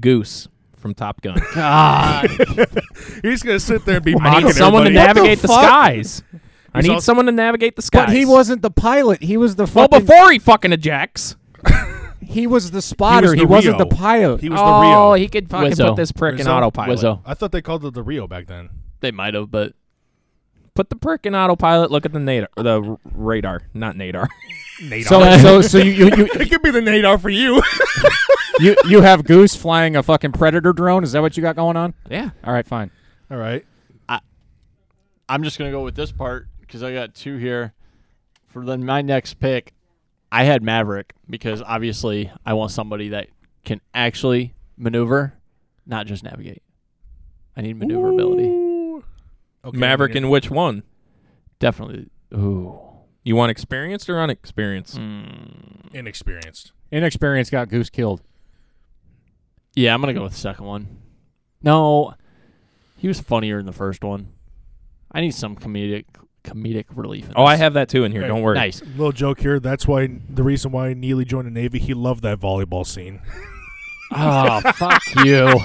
Goose from Top Gun.
*laughs* He's gonna sit there and be
*laughs* I
mocking
need someone to
everybody.
navigate the,
fuck?
skies. I
He's
need
also-
someone to navigate the skies.
But he wasn't the pilot. He was the
well
fucking,
before he fucking ejects.
He was the spotter.
the
He, was not
Rio.
the pilot.
He was the
oh,
Rio.
he could fucking
Wizzo.
put this prick in
Wizzo.
autopilot.
Wizzo.
I thought they called it the Rio back then.
They might have, but
Put the prick in autopilot. Look at the nadar, or the r- radar, not
*laughs*
nadar.
So so so you you, you,
It could be the Nadar for you.
you you have Goose flying a fucking predator drone. Is that what you got going on?
*laughs* yeah.
All right, fine.
All right.
I'm just
gonna go with this part because I got two here. For then my next pick, I had Maverick because obviously I want somebody that can actually maneuver, not just navigate. I need maneuverability.
Okay,
Maverick
we need-
in which one?
Definitely. Ooh.
You want experienced or unexperienced?
Mm. inexperienced.
Inexperience got Goose killed.
Yeah, I'm gonna go with the second one. No, he was funnier in the first one. I need some comedic comedic relief. In
Oh, I
this.
have that too in here.
Hey,
Don't worry.
nice.
Little joke here. That's why the reason why Neely joined the Navy. He loved that volleyball scene.
Oh, fuck
*laughs*
you.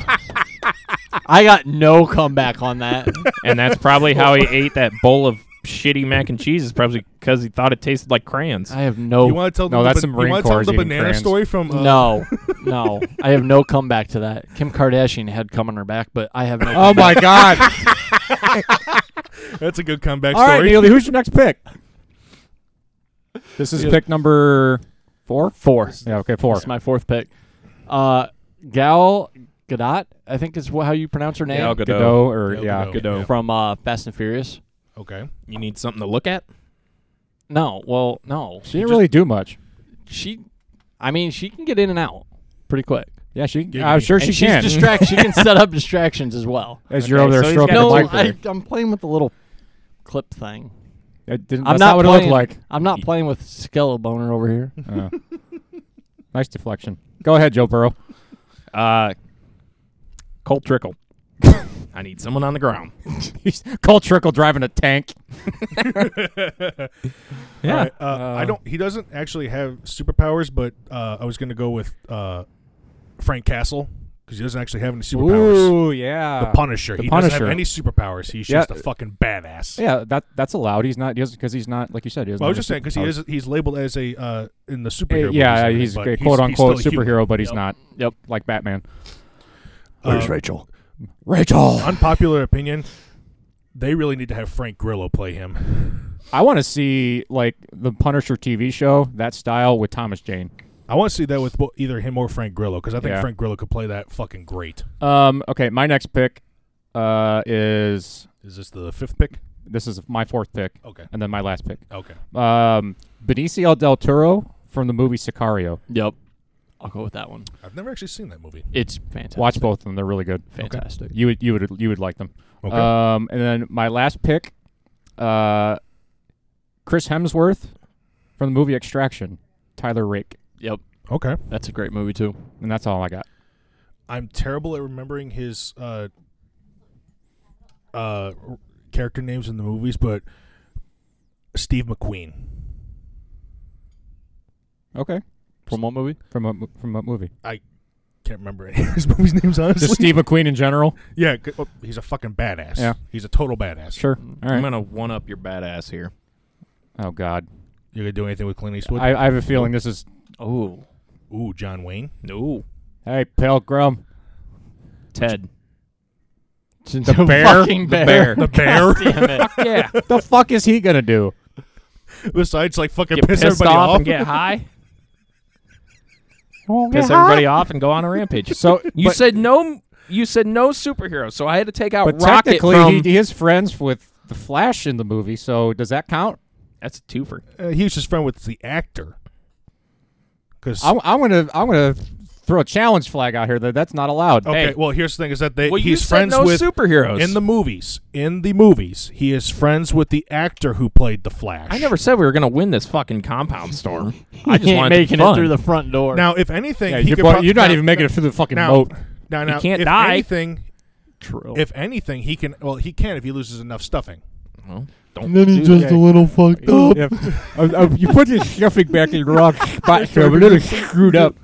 I got no comeback on that.
And that's probably how
*laughs*
he ate that bowl of shitty mac and cheese. Is probably because he thought it tasted like crayons.
I have no.
You want to tell them
Oh.
the
No, that's
ba-
some
you
Marine
wanna tell
Corps
them the
eating
banana
crayons.
story from uh,
no, no. I have no comeback to that. Kim Kardashian had come on her back, but I have no.
Oh
*laughs*
my God!
That's a good comeback
All right,
story.
Neely, who's your next pick? This is pick number four.
four.
Yeah, okay, four.
That's my fourth pick. Uh, Gal Gadot, I think is wh- how you pronounce her name
Gal Gadot.
Godot or
Gal
yeah,
Gadot.
Godot.
from uh, Fast and Furious.
Okay.
You need something to look at.
No, well, no.
she didn't really do much.
She, I mean, she can get in and out pretty quick.
Yeah, she.
Giggity.
I'm sure
And
she
she's
can.
distract. she can set up distractions as well.
*laughs* As you're
Okay,
over there
so he's
stroking
got
the
No,
a
mic
I,
there.
I'm playing with the little clip thing.
It didn't,
I'm
that's not, what
playing,
it looked
I'm not playing with Skeleboner over
*laughs*
here.
*laughs*
like. Oh. nice deflection. Go ahead, Joe Burrow. *laughs*
Uh, Colt Trickle. I need someone on the ground.
He's Cole Trickle driving a tank. *laughs*
*laughs* All right, uh, I don't. He doesn't actually have superpowers, but uh, I was going to go with uh, Frank Castle because he doesn't actually have any superpowers.
Uh, Ooh, yeah.
The Punisher.
The
he doesn't
Punisher.
have any superpowers. He's
Yeah.
just a fucking badass.
Yeah, that that's allowed. He's not because he's not like you said. He doesn't
Well, I was
have
just
any
saying because he
superpowers.
is he's labeled as a uh, in the
Uh,
superhero.
yeah,
movies,
he's
but
a quote unquote
still a
superhero,
human.
but he's
Yep.
not.
Yep.
like Batman.
Where's
Rachel?
Rachel.
Unpopular opinion. They really need to have Frank Grillo play him.
I want to see like the Punisher TV show that style with Thomas Jane.
I want to see that with bo- either him or Frank Grillo because I think
Yeah.
Frank Grillo could play that fucking great.
Um. Okay, my next pick, uh, is
Is this the fifth pick?
this is my fourth pick,
Okay.
and then my last pick.
Okay.
Um, Benicio del Toro from the movie Sicario.
Yep. I'll go with that one.
I've never actually seen that movie.
It's fantastic.
Watch both of them; they're really good.
Fantastic.
You would you would you would like them.
Okay.
Um, and then my last pick, uh, Chris Hemsworth from the movie Extraction, Tyler Rake,
Yep.
okay.
That's a great movie too.
and that's all I got.
I'm terrible at remembering his uh, uh, r- character names in the movies, but Steve McQueen.
Okay,
From what movie?
from what mo- from what movie?
Can't remember any of his *laughs* movies names honestly.
Just Steve McQueen in general.
yeah, c- oh, he's a fucking badass.
Yeah.
he's a total badass.
Sure. All
I'm
right.
gonna one up your badass here.
Oh God,
You gonna do anything with Clint Eastwood?
I, I have a feeling this is.
Oh,
Ooh, John Wayne.
No,
Hey, Pilgrim.
Ted.
*laughs* the
bear?
fucking
The
bear. *laughs*
bear.
*laughs* The bear.
Damn it.
Yeah.
*laughs* the fuck is he gonna do?
Besides, like fucking
Get
piss
pissed
everybody
off
off.
and get
*laughs*
high. Piss everybody off and go on a rampage.
So
*laughs* You
but,
said no. You said no superhero, so I had to take out
but
Rocket
technically
from.
he, he is friends with the Flash in the movie. So does that count?
that's a twofer.
Uh, *laughs* he was just friend with the actor. Because
I'm, I'm gonna I'm gonna throw a challenge flag out here that that's not allowed.
okay,
hey.
well here's the thing: is that they
Well, you
he's
said
friends
no
with
superheroes.
in the movies. In the movies, he is friends with the actor who played the Flash.
I never said we were gonna win this fucking compound storm. I just
He ain't
wanted
making
to be fun.
it through the front door.
Now, if anything,
Yeah,
he
you're,
could
bu-
prob-
you're not
now-
even making it through the fucking
now,
moat.
Now, now,
can't
if
die.
Anything,
True.
if anything, he can. Well, he can. Well, he can if he loses enough stuffing.
Well, Don't
then he's just a little fucked
up.
Oh, you put your shuffling back in the wrong spot, so I'm a little screwed up.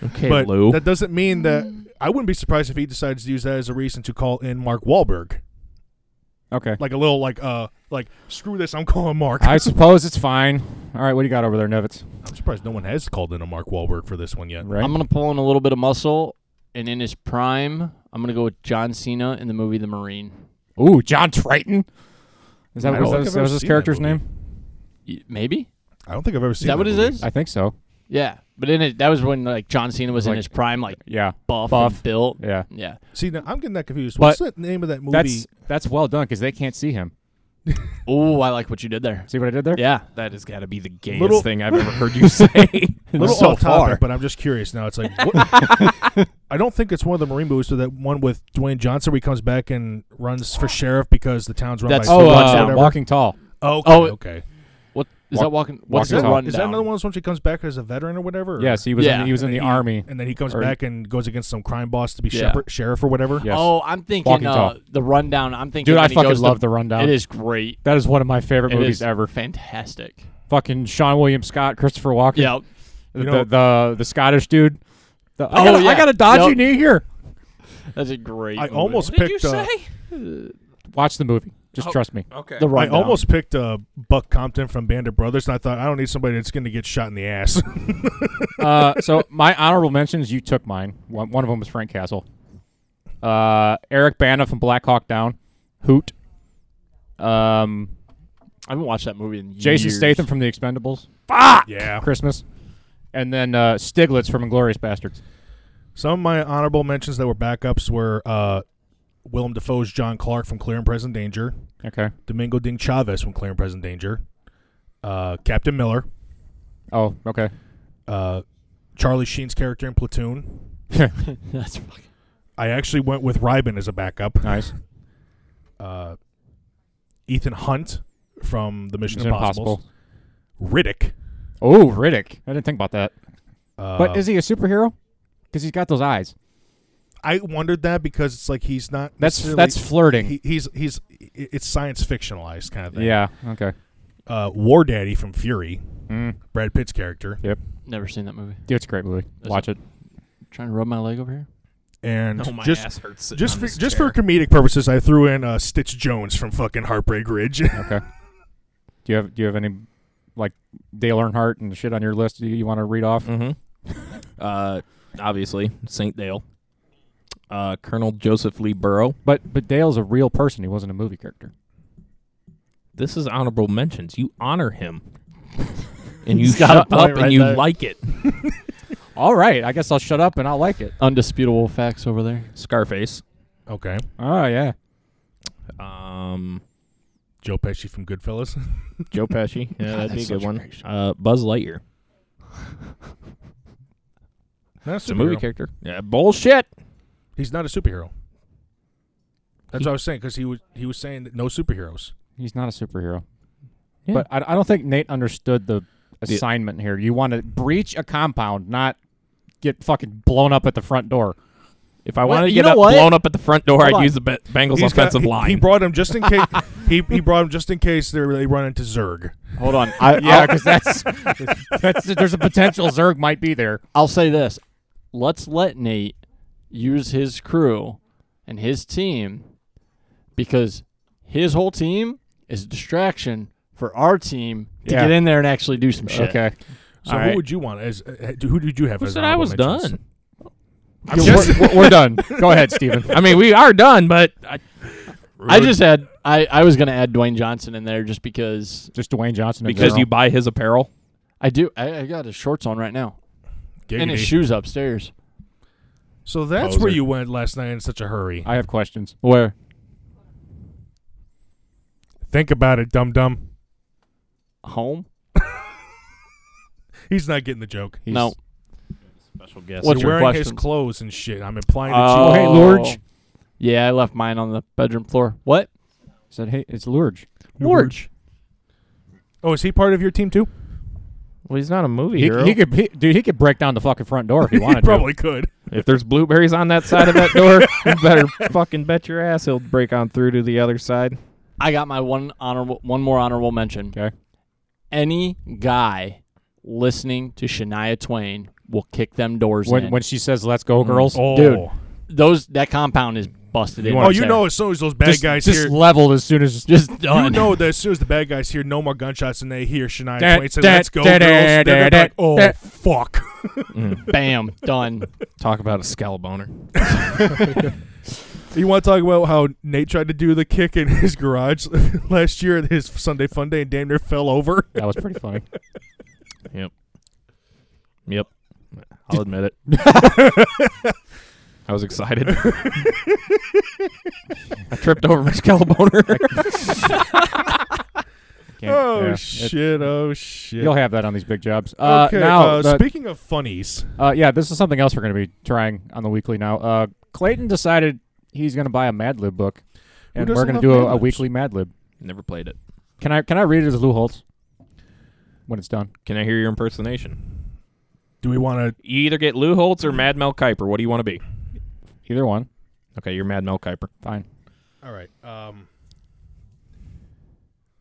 Okay,
but
Lou.
that doesn't mean that I wouldn't be surprised if he decides to use that as a reason to call in Mark Wahlberg,
Okay.
like a little like uh like screw this, I'm calling Mark.
I suppose it's fine. All right, what do you got over there, Nevitz?
*laughs* I'm surprised no one has called in a Mark Wahlberg for this one yet.
Right?
I'm gonna pull in a little bit of muscle, and in his prime, I'm gonna go with John Cena in the movie The Marine.
Ooh, John Triton. Is
I
that
don't think I've
was that, was-
ever
that was his
seen that
character's
movie.
name?
Y- Maybe
I don't think I've ever
is
seen
that what it
movie.
is?
I think so.
Yeah, but in it, that was when like John Cena was in
Like-
his prime, like
Yeah.
buff,
Buff.
and built.
Yeah.
Yeah,
See, now I'm getting that confused.
But
What's the name of that movie?
That's that's well done because they can't see him.
Oh, I like what you did there.
See what I did there?
Yeah,
that has got to be the gayest
Little-
thing *laughs* I've ever
*laughs*
heard you say.
little
so
off
far.
topic, but I'm just curious now. It's like what, I don't think it's one of the Marine movies, but that one with Dwayne Johnson where he comes back and runs for sheriff because the town's run
That's-
by
So
Oh,
watch
uh,
out, whatever.
Walking Tall.
oh, okay,
oh,
okay.
what is
Walk-
that? Walking. What's
Walking
the
Tall.
rundown?
Is that another one of those ones he comes back as a veteran or whatever? or-
Yes, he was. In
Yeah.
the, he was in the army.
and then he comes
Or-
back and goes against some crime boss to be
Yeah.
shepherd, sheriff or whatever.
Yes.
Oh, I'm thinking
Walking Tall.
uh, the rundown. I'm thinking.
Dude, I
when he
fucking
goes to-
love the rundown.
It is great.
That is one of my favorite
It
movies
is
ever. *laughs*
fantastic.
Fucking Sean William Scott, Christopher Walken.
Yeah,
The,
know-
the the Scottish dude. The, I,
Oh,
got a, I
yeah.
got a dodgy
Yep.
knee here.
that's a great.
I
movie.
almost picked. uh,
Watch the movie. Just trust me.
okay. *laughs*
the
Oh, I
rundown.
almost picked uh, Buck Compton from Band of Brothers, and I thought I don't need somebody that's going to get shot in the ass. *laughs*
uh, so my honorable mentions, you took mine. One, one of them was Frank Castle. Uh, Eric Bana from Black Hawk Down, Hoot. Um,
I haven't watched that movie in
Jason
years.
Statham from The Expendables,
yeah.
Christmas, and then uh, Stiglitz from Inglorious Bastards.
Some of my honorable mentions that were backups were uh, Willem Dafoe's John Clark from Clear and Present Danger,
Okay.
Domingo Ding Chavez from Clear and Present Danger, uh, Captain Miller,
Oh, okay.
uh, Charlie Sheen's character in Platoon.
*laughs* That's fucking.
I actually went with Ryben as a backup.
Nice.
Uh, Ethan Hunt from the Mission
Mission
Impossible. Riddick.
Oh, Riddick. I didn't think about that.
Uh,
but is he a superhero? Because he's got those eyes.
I wondered that because it's like he's not.
That's
necessarily-
that's flirting.
he, he's he's it's science fictionalized kind of thing.
yeah. Okay.
Uh, War Daddy from Fury,
Mm.
Brad Pitt's character,
Never seen that movie.
Dude, it's a great movie.
Is
Watch it.
trying to rub my leg over here.
and
Oh, my
just
ass hurts. sitting
just
on
for,
this
just
chair.
for comedic purposes, I threw in uh, Stitch Jones from fucking Heartbreak Ridge. *laughs*
Okay. do you have Do you have any like Dale Earnhardt and shit on your list you, you want to read off?
Mm-hmm. uh, obviously, St. Dale. Uh, Colonel Joseph Lee Burrow.
But but Dale's a real person. He wasn't a movie character.
This is honorable mentions. You
*laughs*
honor him. And you
He's got a
shut up
point
and
right
you
there.
like it.
All right. I guess I'll shut up and I'll like it.
Undisputable facts over there.
Scarface.
okay,
Oh yeah.
Um,
Joe Pesci from Goodfellas. *laughs*
*laughs*
Joe Pesci. Yeah, that'd
that's
be a good
such a
one.
great-
Uh, Buzz Lightyear.
That's
It's a movie character. Yeah, bullshit.
He's not a superhero. That's what I was saying because he was he was saying that no superheroes.
He's not a superhero.
Yeah.
But I, I don't think Nate understood the
The-
assignment here. You want to breach a compound, not get fucking blown up at the front door.
If I
What?
wanted to
You
get
know
up,
what?
blown up at the front door,
Hold
I'd
on.
use the Be- Bengals
He's got-
offensive
he-
line.
He brought him just
*laughs*
in case he, he brought him just in case they they run into Zerg.
Hold on. I,
*laughs* Yeah, because that's, that's there's a potential Zerg might be there.
I'll say this: let's let Nate use his crew and his team because his whole team is a distraction for our team to
Yeah.
get in there and actually do some shit.
Okay.
So
All
who
right.
would you want as uh, who did you have?
Who
as
said I
honorable
was
mentions?
done?
I'm
We're-
just,
we're, we're done. Go ahead, Steven.
I mean, we are done, but I,
I just had I, I was gonna add Dwayne Johnson in there just because
Just Dwayne Johnson. in
because
general.
you buy his apparel.
I do I, I got his shorts on right now and his
Giggity.
shoes upstairs.
so that's
Poser.
where you went last night in such a hurry.
I have questions.
Where
Think about it, dum dum.
home?
He's not getting the joke.
He's-
no.
Special guest.
What's
You're
your
wearing
question?
his clothes and shit. I'm implying that
Oh,
hey, Lurge.
Yeah, I left mine on the bedroom floor. What?
Said, hey, it's Lurge.
Lurch.
you. Oh, is he part of your team too?
Well, he's not a movie
He,
hero.
he could, he, dude. He could break down the fucking front
*laughs*
door if he
He
wanted
probably could.
If there's
*laughs*
blueberries on that side of that door, you better fucking bet your ass he'll break on through to the other side.
I got my one honorable, one more honorable mention.
Okay.
Any guy listening to Shania Twain will kick them doors
When,
in.
when she says "Let's
Mm.
go, girls,"
Oh.
Dude, those that compound is busted in.
Oh, you
there.
know, as soon as those bad
just,
guys
just
hear,
leveled as soon as
just
you
done.
know that as soon as the bad guys hear no more gunshots and they hear Shania
Da-
Twain say,
da-
"Let's go,
da-
girls,"
da-
they're gonna be
da-
like, "Oh,
da-
fuck." *laughs*
Bam, done.
Talk about a skull boner.
You want to talk about how Nate tried to do the kick in his garage *laughs* last year at his Sunday fun day and damn near fell over?
that was
*laughs*
pretty funny.
Yep. *laughs* I'll admit *laughs* it. *laughs* I was excited. I tripped over my skull boner.
Can't-
*laughs* oh
yeah, it-
shit! oh shit!
You'll have that on these big jobs. Uh,
okay.
now,
uh,
the-
speaking of funnies,
uh, yeah, this is something else we're going to be trying on the weekly now. Uh, Clayton decided he's going to buy a Mad Lib book, and we're
doesn't
going to
love
do
Mad
a, a
Libs?
weekly Mad Lib.
Never played it.
Can I can I read it as Lou Holtz when it's done?
Can I hear your impersonation?
do we want to?
You either get Lou Holtz or Mad Mel Kiper. What do you want to be?
Either one,
Okay, you're Mad Mel Kiper.
fine.
All right. Um.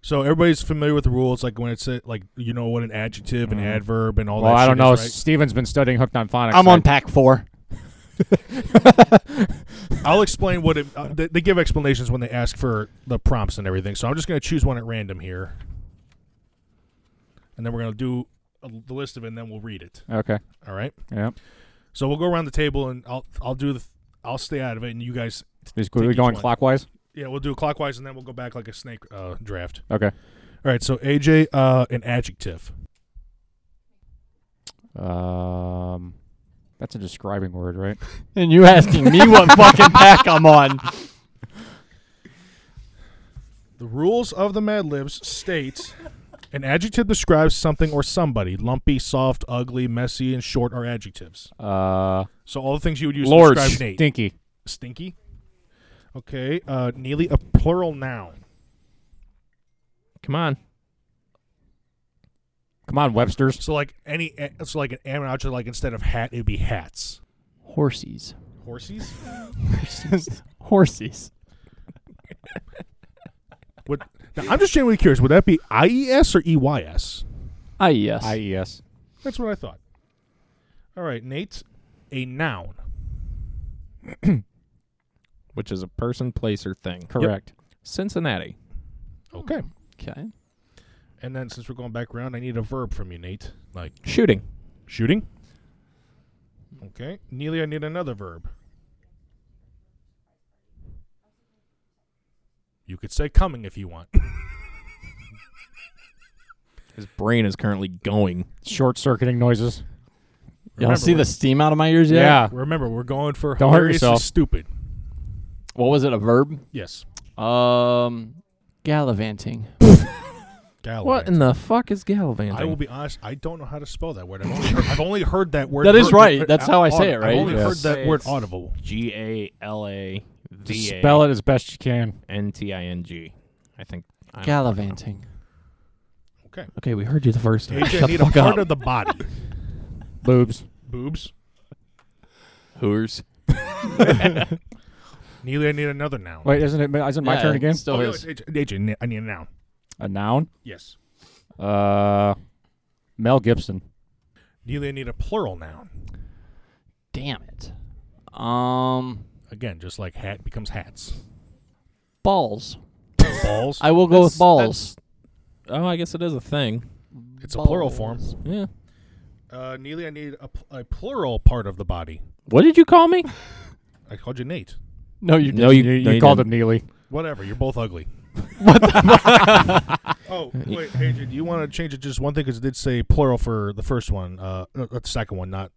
So everybody's familiar with the rules, like when it's a, like you know what an adjective, an adverb, and all
Mm. well,
that.
I
shit
don't know.
is, right?
Steven's been studying hooked on phonics.
I'm
I-
on pack four.
I'll explain what it. Uh, they, they give explanations when they ask for the prompts and everything. So I'm just going to choose one at random here, and then we're going to do a, the list of it, and then we'll read it.
Okay.
All right.
Yeah.
So we'll go around the table, and I'll I'll do the. I'll stay out of it, and you guys.
Is
Take
we
each
going
one.
clockwise?
Yeah, we'll do it clockwise, and then we'll go back like a snake uh, draft.
Okay.
All right. So AJ, uh, an adjective.
Um, that's a describing word, right?
And you asking me what fucking pack I'm on.
The rules of the Mad Libs state an adjective describes something or somebody. Lumpy, soft, ugly, messy, and short are adjectives.
Uh,
So all the things you would use
Lord,
to describe Nate.
stinky.
Stinky. Okay, uh, Neely, a plural noun.
Come on.
Come on, Webster's.
So like any, eh, so like an adjective, like instead of hat, it'd be hats.
Horsies.
*laughs* Horsies.
Horsies.
What? Now, I'm just genuinely curious. Would that be I E S or E Y S?
Ah, yes.
IES.
That's what I thought. All right, Nate, a noun.
Which is a person, place, or thing.
Correct.
Cincinnati.
Okay.
okay.
And then since we're going back around, I need a verb from you, Nate. Like
Shooting.
shooting. Okay, Neely, I need another verb. You could say coming if you want.
His brain is currently going.
Short circuiting noises.
Y'all
Remember,
see the steam out of my ears yet?
Yeah.
*laughs* Remember, we're going for
Don't hurt
hilarious
yourself.
is stupid.
What was it? A verb?
Yes.
Um, gallivanting.
Gallivanting.
What in the fuck is gallivanting?
I will be honest. I don't know how to spell that word. I've only heard, I've only heard that word.
That is
heard-
right. That's how I say it,
I've
right?
only
Yes.
heard that
Say
word
it's-
audible.
G A L A
Just
V A
spell it as best you can.
N T I N G. I think. I don't
Gallivanting.
Okay.
Okay, we heard you the first time.
AJ, I need a part of the body. *laughs*
Boobs.
Boobs.
know. Hoers.
Neely, I need another noun.
Wait, isn't it? Isn't my
Yeah,
turn again?
it Still
Oh, no,
is.
it's AJ, AJ, ne- I need a noun.
A noun.
Yes.
Uh, Mel Gibson.
Neely, I need a plural noun.
Damn it. Um,
Again, just like hat becomes hats.
balls.
Balls.
I will go
That's-
with balls.
Oh, I guess it is a thing.
it's a plural form.
Balls.
Yeah.
Uh, Neely, I need a, pl- a plural part of the body.
What did you call *laughs* me?
I called you Nate.
No, you
No, you,
You,
no,
you called him
didn't.
Neely.
Whatever. You're both ugly. *laughs* oh wait, AJ, do you want to change it just one thing? Because it did say plural for the first one, uh, uh, the second one, not.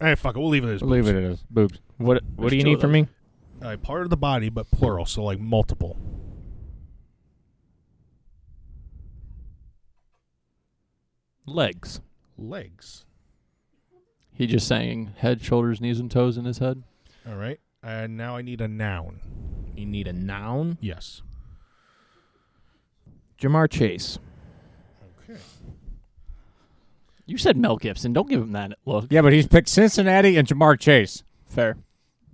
Hey, fuck it. We'll leave it as
Believe
boobs.
it is boobs.
What What
There's
do you
two
need
of
from me?
Uh, part of the body, but plural, so like multiple.
Legs.
Legs.
He just sang head, shoulders, knees, and toes in his head.
All right. And now I need a noun.
You need a noun.
Yes.
Jamar Chase.
Okay.
You said Mel Gibson. Don't give him that look.
Yeah, but he's picked Cincinnati and Jamar Chase.
Fair.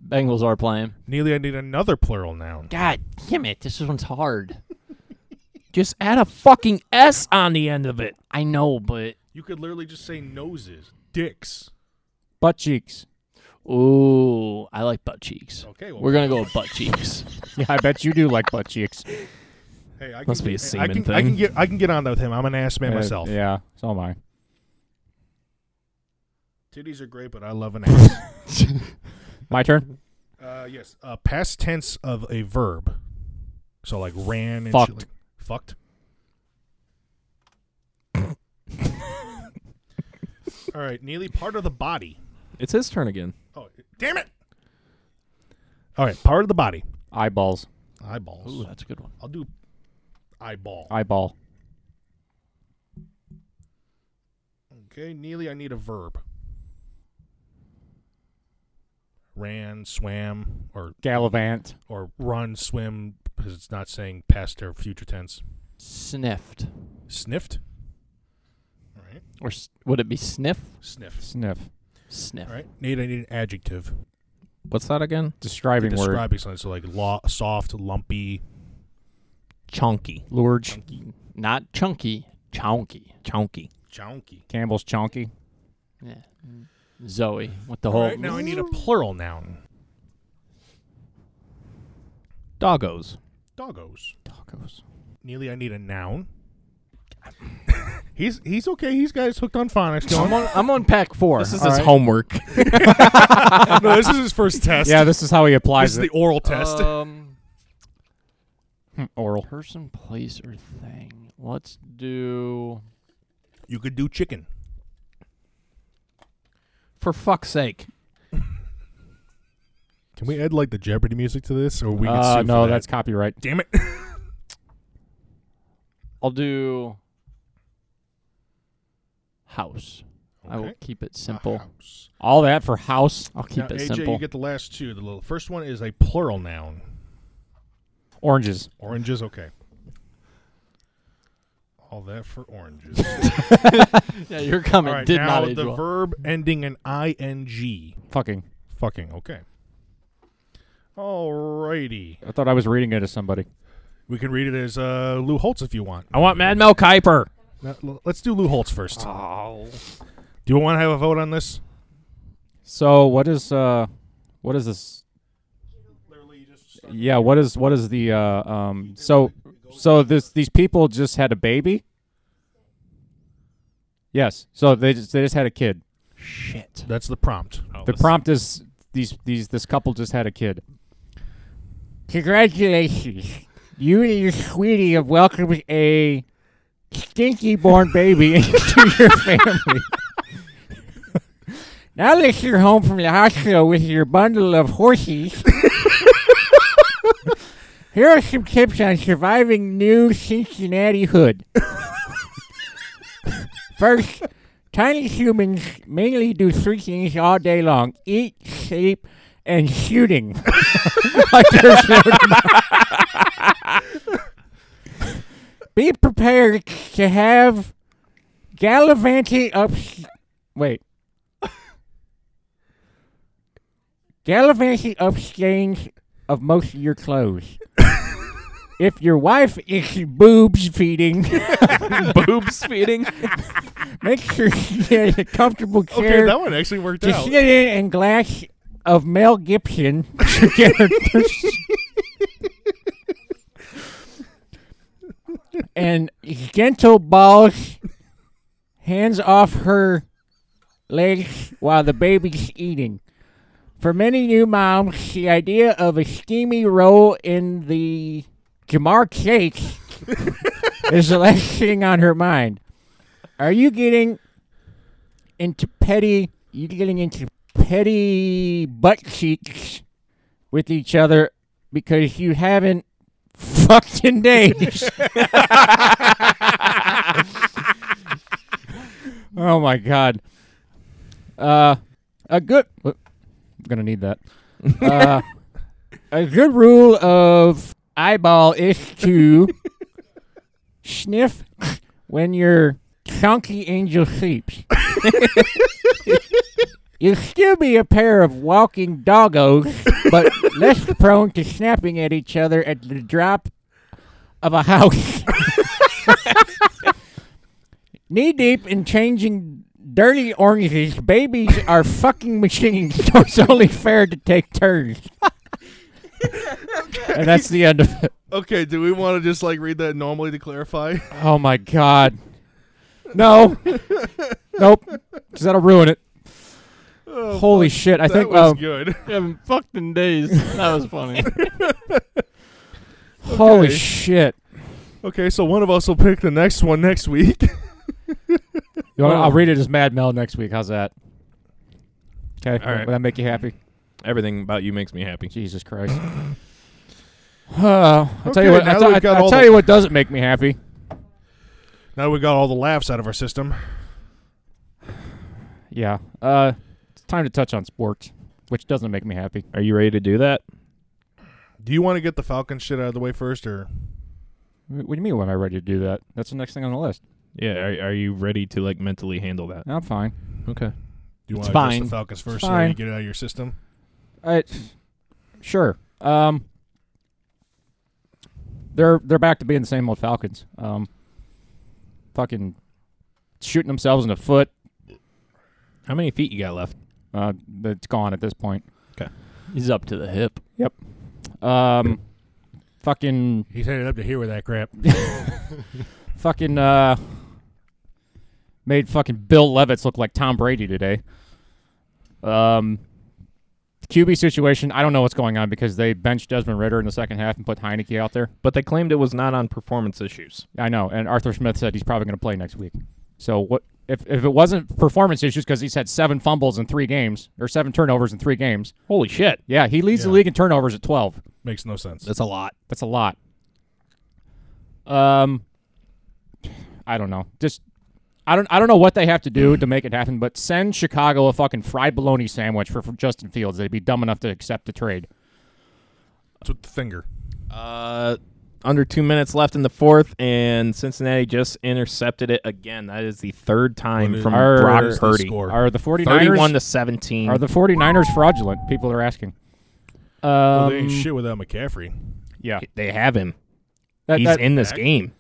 Bengals are playing.
Neely, I need another plural noun.
God damn it! This one's hard.
*laughs* Just add a fucking S on the end of it.
I know, but
You could literally just say noses, dicks.
Butt cheeks.
ooh, I like butt cheeks.
Okay, well,
We're gonna go with butt cheeks.
Yeah, I bet you do like butt cheeks.
Hey, I can
Must be a
get- I
semen
can, I can
thing.
get I can get on that with him. I'm an ass *laughs* man
Uh,
myself.
Yeah, so am I.
Titties are great, but I love an ass. *laughs*
My turn.
uh, yes, uh, past tense of a verb. So like ran and
Fucked.
Shit like, fucked. All right, Neely. Part of the body.
It's his turn again.
Oh, damn it! All right, part of the body.
Eyeballs.
Eyeballs.
Ooh, that's a good one.
I'll do eyeball.
Eyeball.
Okay, Neely, I need a verb. Ran, swam, or
Gallivant.
or run, swim, because it's not saying past or future tense.
Sniffed,
Sniffed. All right.
or s- would it be sniff?
Sniff.
Sniff.
Sniff.
All right. Need I need an adjective.
What's that again?
Describing word.
Describing something. So like lo- soft, lumpy.
Chunky.
Lurge.
Not chunky, chunky.
Chunky.
Chonky.
Campbell's chonky.
Yeah.
Mm.
Zoe with the
All
whole.
right. Now I need a plural noun.
Doggos.
Doggos.
Tacos.
Neely, I need a noun. he's he's okay. He's got his hooked on phonics.
I'm
Going.
on, I'm on pack four.
This is
All
his
right.
homework.
no, this is his first test.
Yeah, this is how he
this
applies
is
it.
the
*laughs*
oral test.
Um,
Hmm, Oral.
person, place, or thing. Let's do.
you could do chicken.
*laughs* For fuck's sake.
Can we add like the Jeopardy music to this, or we can
Uh,
sue
no,
for that?
that's copyright.
damn it.
I'll do. House. I will
Okay.
keep it simple.
House.
All that for house
I'll keep
now,
it
AJ,
simple.
you get the last two. The little first one is a plural noun.
oranges.
Oranges, okay. All that for *laughs* oranges.
*laughs* yeah, your
All
comment
right,
did
now
not age
the
well.
verb ending in ing.
Fucking.
Fucking okay. Alrighty,
I thought I was reading it to somebody.
we can read it as uh, Lou Holtz if you want.
I want Mad Mel Kiper.
Now, l- let's do Lou Holtz first. Oh. Do you want to have a vote on this?
So what is uh, what is this? Yeah, what is what is the uh, um? So so this these people just had a baby. Yes, so they just they just had a kid.
Shit.
That's the prompt.
The prompt is these these this couple just had a kid. Congratulations, you and your sweetie have welcomed a stinky born baby *laughs* into your family. now that you're home from the hospital with your bundle of horses, here are some tips on surviving new Cincinnati hood. First, Tiny humans mainly do three things all day long eat, sleep, and shooting. Like there's no tomorrow. *laughs* Be prepared to have gallivanting up. Wait. gallivanting up stains of most of your clothes. if your wife is boobs feeding.
boobs feeding.
*laughs* Make sure she has a comfortable
Okay,
chair
that one actually worked
to
out.
sit in and glass of Mel Gibson to get her *laughs* and gentle balls hands off her legs while the baby's eating. For many new moms, the idea of a steamy roll in the Jamar cake is the last thing on her mind. Are you getting into petty? You getting into petty butt cheeks with each other because you haven't fucked in days? *laughs* oh my god! Uh, a good. whoop, I'm gonna need that. Uh, a good rule of eyeball is to sniff when your chunky angel sleeps. is still be a pair of walking doggos,
*laughs*
but less prone to snapping at each other at the drop of
*laughs*
a house. Knee deep in changing dirty oranges, babies are fucking machines, so it's only fair to take turns. and that's the end of it.
Okay, do we want to just like read that normally to
*laughs*
clarify?
Oh my god. No. nope. Because that'll ruin it.
Oh,
Holy shit. I
that
think
was
*laughs*
um,
good.
haven't fucked in days. That was funny.
holy
Okay.
shit.
Okay, so one of us will pick the next one next week.
You wanna-
Oh.
I'll read it as Mad Mel next week. How's that? Okay.
All right.
Will that make you happy?
Everything about you makes me happy.
Jesus Christ.
*laughs*
Uh, I'll tell you
Okay,
what.
now that
I'll, tell-
we've got
I'll
all
tell
the-
you what doesn't make me happy.
*laughs* Now we got all the laughs out of our system.
Yeah. Uh, it's time to touch on sports, which doesn't make me happy.
Are you ready to do that?
Do you want to get the Falcon shit out of the way first, or
Wh- What do you mean? When I ready to do that? That's the next thing on the list.
Yeah. Are, are you ready to like mentally handle that?
No, I'm fine.
Okay.
do you
It's
want to address
fine.
the Falcons first, so
fine.
you get it out of your system?
I, sure. Um, they're they're back to being the same old Falcons. Um, fucking shooting themselves in the foot.
How many feet you got left?
Uh, it's gone at this point.
He's up to the hip.
Um, fucking
He's headed up to here with that crap.
fucking uh, made fucking Bill Levitz look like Tom Brady today. Um, QB situation. I don't know what's going on because they benched Desmond Ritter in the second half and put Heineke out there.
But they claimed it was not on performance issues.
I know, and Arthur Smith said he's probably going to play next week. So what if if it wasn't performance issues because he's had seven fumbles in three games or seven turnovers in three games?
Holy shit.
Yeah, he leads the
Yeah.
league in turnovers at twelve.
Makes no sense.
That's a lot.
That's a lot. Um, I don't know. Just I don't I don't know what they have to do to make it happen, but send Chicago a fucking fried bologna sandwich for, for Justin Fields. They'd be dumb enough to accept the trade.
It's with the finger.
Uh, under two minutes left in the fourth, and Cincinnati just intercepted it again. That is the third time
What is-
from
Our-
Brock
What is the
Purdy.
score?
Are the 49ers
Thirty-one to seventeen.
are the 49ers fraudulent? People are asking. Um,
Well, they ain't shit without McCaffrey.
Yeah,
they have him.
That-
He's
that-
in this
Back.
game.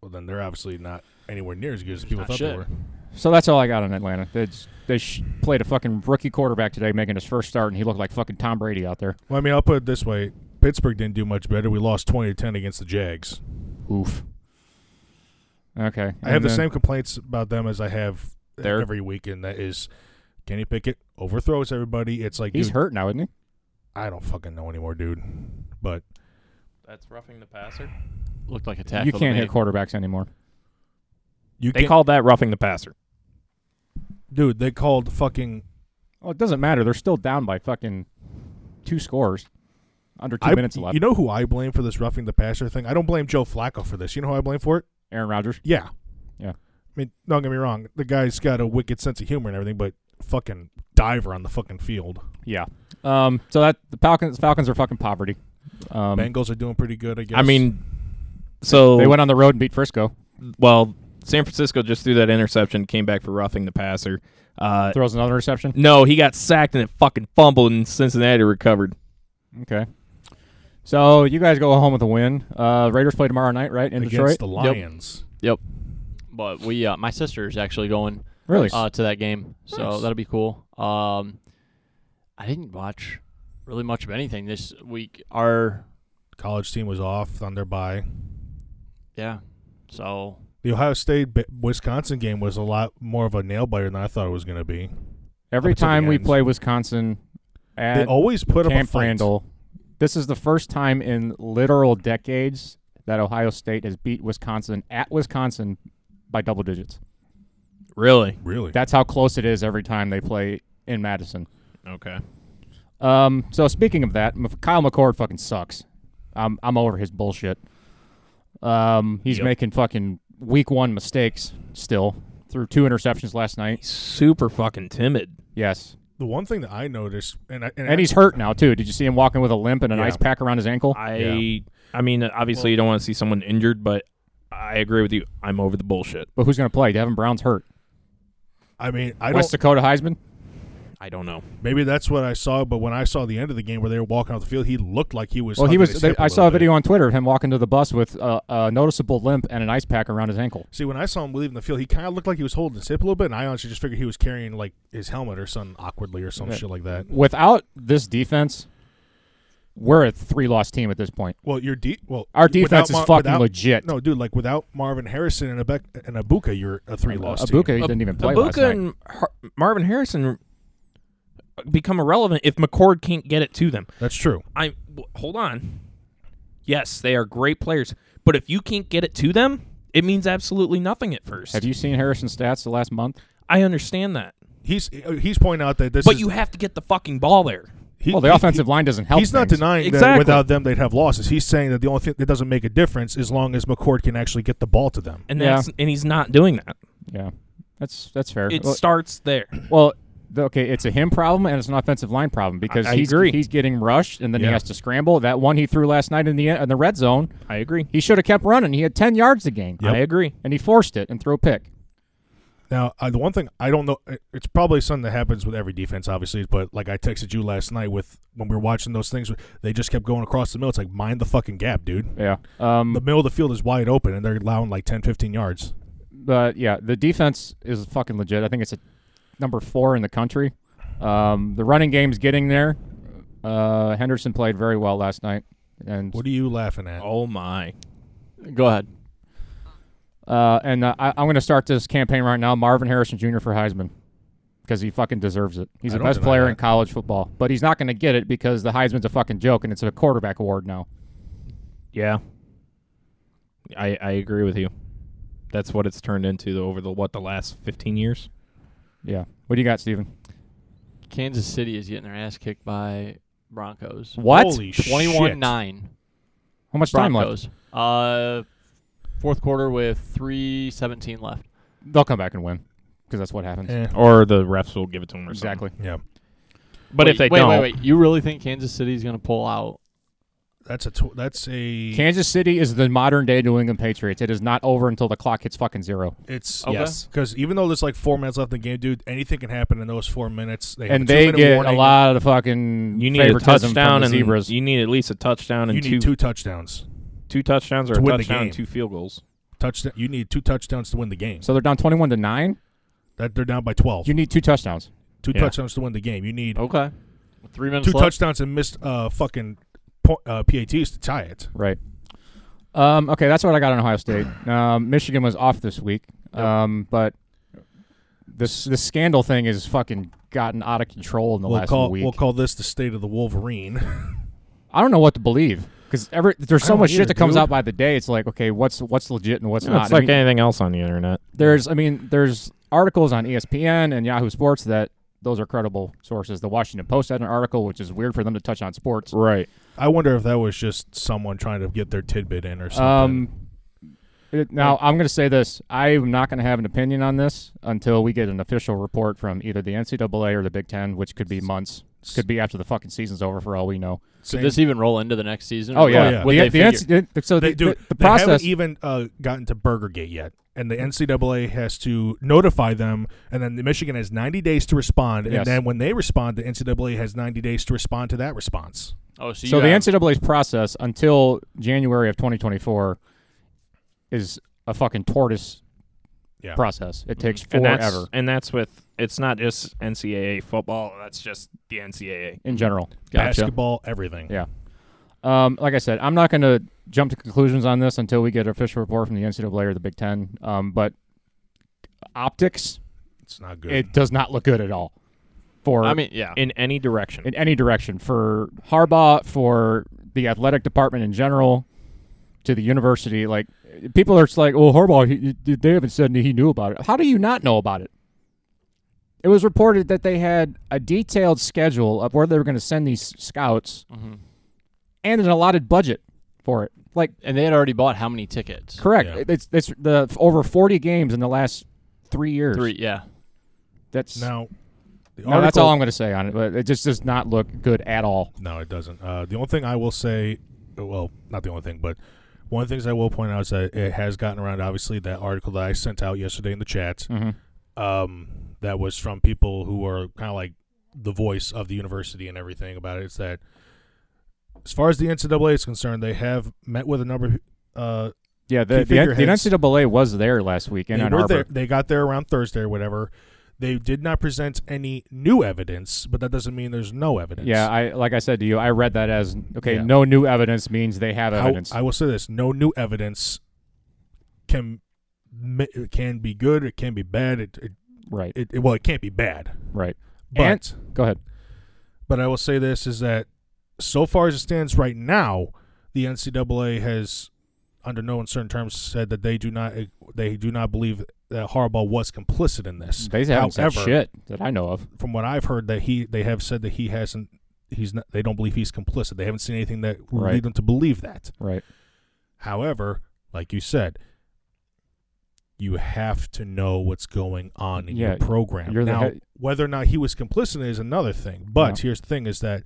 Well, then they're obviously not anywhere near as good as people
not
thought they
shit.
were.
So that's all I got on Atlanta. They, just- they sh- played a fucking rookie quarterback today, making his first start, and he looked like fucking Tom Brady out there.
Well, I mean, I'll put it this way: Pittsburgh didn't do much better. We lost twenty to ten against the Jags.
Oof. Okay.
I have the same complaints about them as I have
There.
every week, and that is Kenny Pickett overthrows everybody. It's like
He's
dude,
hurt now, isn't he?
I don't fucking know anymore, dude. But
That's roughing the passer.
Looked like a tackle.
you
to
can't
me.
hit quarterbacks anymore.
you
They
can't-
called that roughing the passer.
dude. They called fucking.
Oh, it doesn't matter. They're still down by fucking two scores, under two
I-
minutes left.
You know who I blame for this roughing the passer thing? I don't blame Joe Flacco for this. You know who I blame for it?
Aaron Rodgers.
Yeah.
Yeah.
I mean, don't get me wrong. The guy's got a wicked sense of humor and everything, but fucking diver on the fucking field.
Yeah. Um. So that the Falcons Falcons are fucking poverty. Um.
Bengals are doing pretty good, I guess.
I mean, so
They went on the road and beat Frisco.
well. San Francisco just threw that interception, came back for roughing the passer. Uh,
Throws another interception.
no, he got sacked and it fucking fumbled, and Cincinnati recovered.
Okay. So you guys go home with a win. Uh, Raiders play tomorrow night, right? In
against
Detroit.
the Lions.
But we, uh, my sister is actually going
really?
uh, to that game, so
Nice.
that'll be cool. Um, I didn't watch really much of anything this week. Our
College team was off on their bye.
yeah, so
The Ohio State B- Wisconsin game was a lot more of a nail biter than I thought it was going to be. up until
Every
the
time we
end.
play Wisconsin
They
at
always put up a
Camp
fight.
Randall, this is the first time in literal decades that Ohio State has beat Wisconsin at Wisconsin by double digits.
Really?
Really?
That's how close it is every time they play in Madison.
Okay.
Um, so speaking of that, M- Kyle McCord fucking sucks. I'm I'm over his bullshit. Um, he's
Yep.
making fucking week one mistakes still. Threw two interceptions last night.
He's super fucking timid.
Yes,
the one thing that I noticed, and I, and,
and
I-
he's hurt now too. Did you see him walking with a limp and an
Yeah.
ice pack around his ankle?
I
Yeah.
I mean, obviously you don't want to see someone injured, but I agree with you. I'm over the bullshit.
But who's going to play? Devin Brown's hurt.
I mean, I
West
don't.
Dakota Heisman.
I don't know.
Maybe that's what I saw. But when I saw the end of the game where they were walking off the field, he looked like he was.
Well, he
hugging
was.
his
They,
hip
I saw
little
a
bit.
video on Twitter of him walking to the bus with a, a noticeable limp and an ice pack around his ankle.
See, when I saw him leaving the field, he kind of looked like he was holding his hip a little bit, and I honestly just figured he was carrying like his helmet or something awkwardly or some
Yeah.
shit like that.
Without this defense, we're a three-loss team at this point.
Well, your de- well,
Our
without
defense is
Mar-
fucking
without-
legit.
No, dude, like without Marvin Harrison and Abek- and Abuka, you're a three loss team.
Uh, Abuka he didn't even play last
Abuka
night.
and Har- Marvin Harrison become irrelevant if McCord can't get it to them.
That's true.
I w- hold on. Yes, they are great players, but if you can't get it to them, it means absolutely nothing at first.
Have you seen Harrison's stats the last month?
I understand that,
He's he's pointing out that this.
but
is,
you have to get the fucking ball there.
he-
Well, the
he-
offensive line doesn't help.
He's not
things.
denying that
Exactly.
without them they'd have losses. He's saying that the only thing that doesn't make a difference is long as McCord can actually get the ball to them.
and
Yeah.
that's and he's not doing that.
Yeah, that's that's fair.
It
Well-
starts there.
Well, th- okay, it's a him problem and it's an offensive line problem because
I
he's
agree.
he's getting rushed and then
Yeah.
he has to scramble. That one he threw last night in the in the red zone,
I agree.
he should have kept running. He had ten yards to gain,
Yep.
I agree.
and he forced it and threw a pick.
Now, uh, the one thing I don't know, it- it's probably something that happens with every defense, obviously. But like I texted you last night with when we were watching those things, they just kept going across the middle. It's like mind the fucking gap, dude.
Yeah. Um.
The middle of the field is wide open, and they're allowing like 10, 15 yards.
but yeah, the defense is fucking legit. I think it's a number four in the country. Um. The running game's getting there. Uh. Henderson played very well last night, and
What are you laughing at?
Oh my.
Go ahead.
uh. And uh, I, I'm going to start this campaign right now. Marvin Harrison Jr. for Heisman. Because he fucking deserves it. He's
I
the
don't
best
deny
player in
that.
college football, but he's not going to get it because the Heisman's a fucking joke and it's a quarterback award now.
Yeah. I I agree with you. That's what it's turned into over the what the last 15 years.
Yeah. What do you got, Steven?
Kansas City is getting their ass kicked by Broncos.
What?
Holy shit.
21 9.
How much time left?
Broncos. Uh, fourth quarter with 317 left.
They'll come back and win because that's what happens.
Eh,
Or the refs will give it to him or something.
exactly.
yeah,
But
wait,
if they
wait,
don't,
Wait, wait, You really think Kansas City's going to pull out?
that's a tw- that's a
Kansas City is the modern day New England Patriots. It is not over until the clock hits fucking zero.
it's
Okay.
yes.
because even though there's like four minutes left in the game, dude, anything can happen in those four minutes. They have
and
a
they
two-minute
get
warning.
a lot of fucking
You need a
favoritism from
touchdown
the
and
zebras.
you need at least a touchdown and
You need
two
two touchdowns.
two touchdowns or
To
a
win the
touchdown and
game.
two field goals.
Touchdown. You need two touchdowns to win the game.
so they're down twenty-one to nine.
That they're down by twelve.
You Oh, need two touchdowns.
two
Yeah.
touchdowns to win the game. You need
Okay. Three minutes
two
left.
touchdowns and missed uh fucking po- uh, PATs to tie it.
Right. Um, okay, that's what I got on Ohio
*clears throat*
State. Um, Michigan was off this week, um, but this this scandal thing has fucking gotten out of control in the
We'll
last
call
week.
we'll call this the state of the Wolverine. *laughs*
I don't know what to believe because every there's so
don't
much shit
either,
that comes
dude.
out by the day. It's like okay, what's what's legit and what's
It's,
not. I
like
mean,
anything else on the internet.
there's I mean there's articles on E ESPN and Yahoo Sports that those are credible sources. The Washington Post had an article, which is weird for them to touch on sports.
Right.
I wonder if that was just someone trying to get their tidbit in or something.
Um, it- now I'm going to say this: I am not going to have an opinion on this until we get an official report from either the NCAA or the Big Ten, which could be months, could be after the fucking season's over for all we know.
Did
Same-
this even roll into the next season?
Oh yeah,
yeah.
Would
The-
they
the
figure-
NCAA so
they
the,
do.
the, the
they
process.
haven't even uh, gotten to Burgergate yet, and the NCAA has to notify them, and then the Michigan has 90 days to respond, and
Yes.
then when they respond, the NCAA has 90 days to respond to that response.
oh, so,
so
you
the
have-
NCAA's process until January of 2024 is a fucking tortoise
Yeah.
process. It takes
And that's
forever
and that's with it's not just NCAA football. That's just the NCAA.
in general.
Basketball, everything.
Yeah. Um, like I said, I'm not going to jump to conclusions on this until we get an official report from the NCAA or the Big Ten. Um, but optics,
It's not good.
it does not look good at all. For
I mean, yeah.
In any direction.
in any direction, for Harbaugh, for the athletic department in general, to the university, like people are just like, "Oh, Harbaugh, he, he- they haven't said he knew about it." How do you not know about it? It was reported that they had a detailed schedule of where they were going to send these scouts
Mhm.
and an allotted budget for it. Like,
And they had already bought how many tickets?
correct?
Yeah.
It's it's the over forty games in the last three years.
Three, yeah.
That's
now, the
no, that's
article-
all I'm going to say on it. But it just does not look good at all.
No, it doesn't. Uh, the only thing I will say, well, not the only thing, but one of the things I will point out is that it has gotten around. Obviously, that article that I sent out yesterday in the chat,
Mhm.
um, that was from people who are kind of like the voice of the university and everything about it. It's that as far as the NCAA is concerned, they have met with a number. of, Uh,
Yeah, the,
Keep
the, the
figureheads.
NCAA was there last week in
they
Ann
were there.
Arbor.
They got there around Thursday or whatever. They did not present any new evidence, but that doesn't mean there's no evidence.
Yeah, I like I said to you, I read that as okay.
Yeah.
No new evidence means they have
How-
evidence.
I will say this: no new evidence can ma- it can be good. It can be bad. It, it,
right,
it, it- well, it can't be bad.
right.
But
And- Go ahead.
but I will say this: is that so far as it stands right now, the NCAA has, under no uncertain terms, said that they do not eh, they do not believe that Harbaugh was complicit in this.
They haven't
However,
said shit that I know of.
From what I've heard, that he they have said that he hasn't. He's not. They don't believe he's complicit. They haven't seen anything that would
Right.
lead them to believe that.
Right.
However, like you said, you have to know what's going on in
Yeah,
your program.
you're the
now,
head-
whether or not he was complicit is another thing. But here's the thing: is that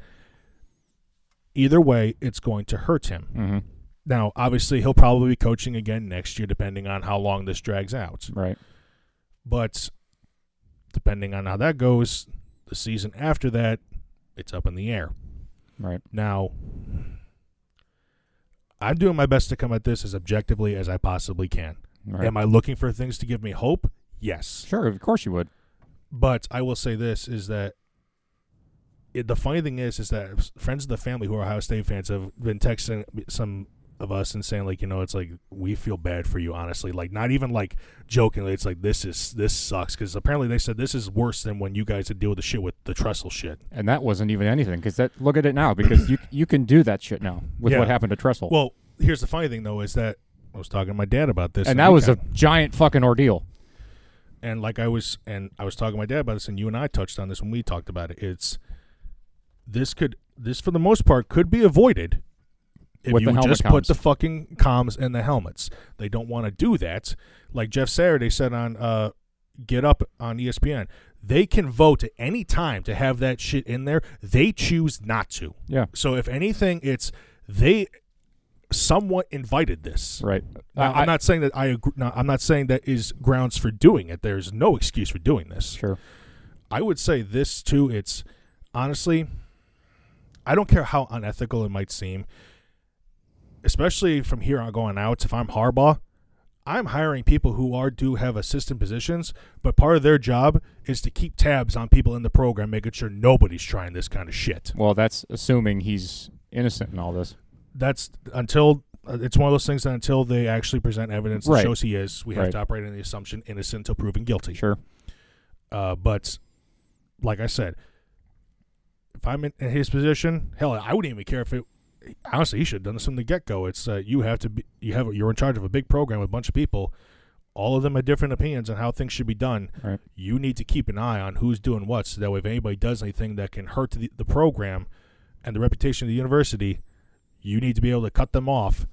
either way, it's going to hurt him.
Mm-hmm.
Now, obviously, he'll probably be coaching again next year, depending on how long this drags out.
Right.
But depending on how that goes, the season after that, it's up in the air.
Right.
Now, I'm doing my best to come at this as objectively as I possibly can.
Right.
Am I looking for things to give me hope? Yes.
Sure. Of course you would.
But I will say this is that it, the funny thing is is that friends of the family who are Ohio State fans have been texting some of us and saying like, you know, it's like we feel bad for you honestly. Like not even like jokingly, it's like this is this sucks cuz apparently they said this is worse than when you guys had deal with the shit with the trestle shit.
And that wasn't even anything because that look at it now because you you can do that shit now with
Yeah.
what happened to Trestle.
Well, here's the funny thing though is that I was talking to my dad about this
and
on
that was a
weekend.
giant fucking ordeal.
and like I was and I was talking to my dad about this and you and I touched on this when we talked about it. It's this could this for the most part could be avoided if
With
you
the
would
helmet
just put
comms.
the fucking comms in the helmets. They don't want to do that. Like Jeff Saturday said on uh Get Up on E ESPN, they can vote at any time to have that shit in there. They choose not to.
Yeah.
So if anything it's they somewhat invited this.
Right.
Now,
I-
I'm not saying that I agree. No, I'm not saying that is grounds for doing it. There's no excuse for doing this.
Sure.
I would say this too. It's honestly, I don't care how unethical it might seem, especially from here on going out. If I'm Harbaugh, I'm hiring people who are do have assistant positions, but part of their job is to keep tabs on people in the program, making sure nobody's trying this kind of shit.
Well, that's assuming he's innocent in all this.
That's until. uh, It's one of those things that until they actually present evidence that
Right.
shows he is, we have
Right.
to operate on the assumption innocent until proven guilty.
Sure.
Uh, but like I said, if I'm in, in his position, hell, I wouldn't even care if it. Honestly, he should have done this from the get go. It's uh, you have to be you have you're in charge of a big program with a bunch of people. All of them have different opinions on how things should be done.
Right.
You need to keep an eye on who's doing what, so that way if anybody does anything that can hurt the, the program and the reputation of the university, you need to be able to cut them off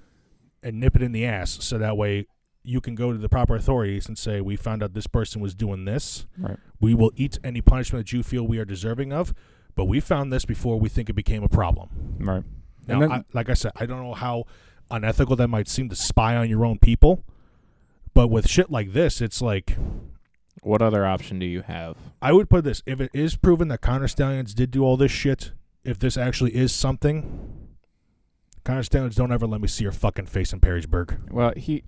and nip it in the ass, so that way you can go to the proper authorities and say, "We found out this person was doing this.
Right.
We will eat any punishment that you feel we are deserving of, but we found this before we think it became a problem."
Right.
Now,
then-
I, like I said, I don't know how unethical that might seem to spy on your own people, but with shit like this, it's like
What other option do you have?
I would put this: if it is proven that Connor Stallions did do all this shit, if this actually is something, Connor Stallions, don't ever let me see your fucking face in Perrysburg.
Well, he.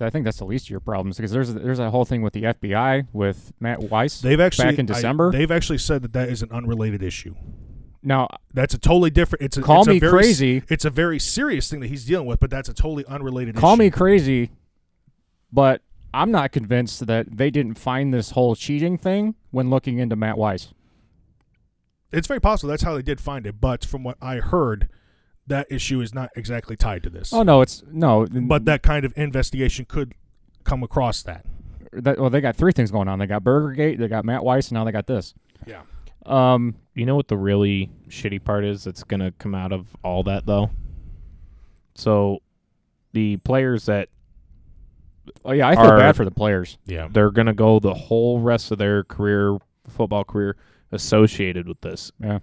I think that's the least of your problems because there's there's that whole thing with the FBI with Matt Weiss.
They've actually
in
I-
December?
they've actually said that that is an unrelated issue.
now,
That's a totally different. It's a,
Call
it's a
me
very,
crazy.
It's a very serious thing that he's dealing with, but that's a totally unrelated.
call
issue.
me crazy, but I'm not convinced that they didn't find this whole cheating thing when looking into Matt Weiss.
It's very possible that's how they did find it, but from what I heard, that issue is not exactly tied to this.
Oh no, it's no,
But that kind of investigation could come across that.
that, well, they got three things going on. They got Burgergate, they got Matt Weiss, and now they got this.
Yeah.
Um,
You know what the really shitty part is that's going to come out of all that, though? So the players that
oh yeah, I feel
Are-
bad for the players.
Yeah.
they're going to go the whole rest of their career, football career, associated with this.
Yeah.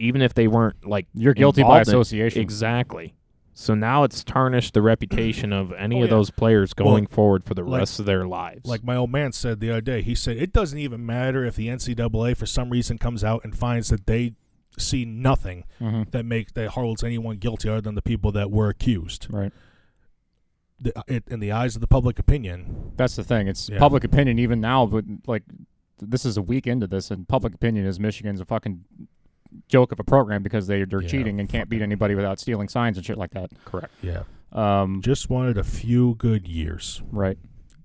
Even if they weren't like
You're guilty by
involved in-
association.
Exactly. So now it's tarnished the reputation of any
Oh,
of
yeah.
those players
Well,
going forward for the
like-
rest of their lives.
Like my old man said the other day, he said it doesn't even matter if the NCAA for some reason comes out and finds that they see nothing
Mhm.
that makes that holds anyone guilty other than the people that were accused.
Right.
The, uh, it, in the eyes of the public opinion,
That's the thing. It's
Yeah.
public opinion even now, but like th- this is a week into this, and public opinion is Michigan's a fucking joke of a program because they they're
Yeah,
cheating and can't beat anybody without stealing signs and shit like that.
correct.
yeah,
Um,
just wanted a few good years.
right.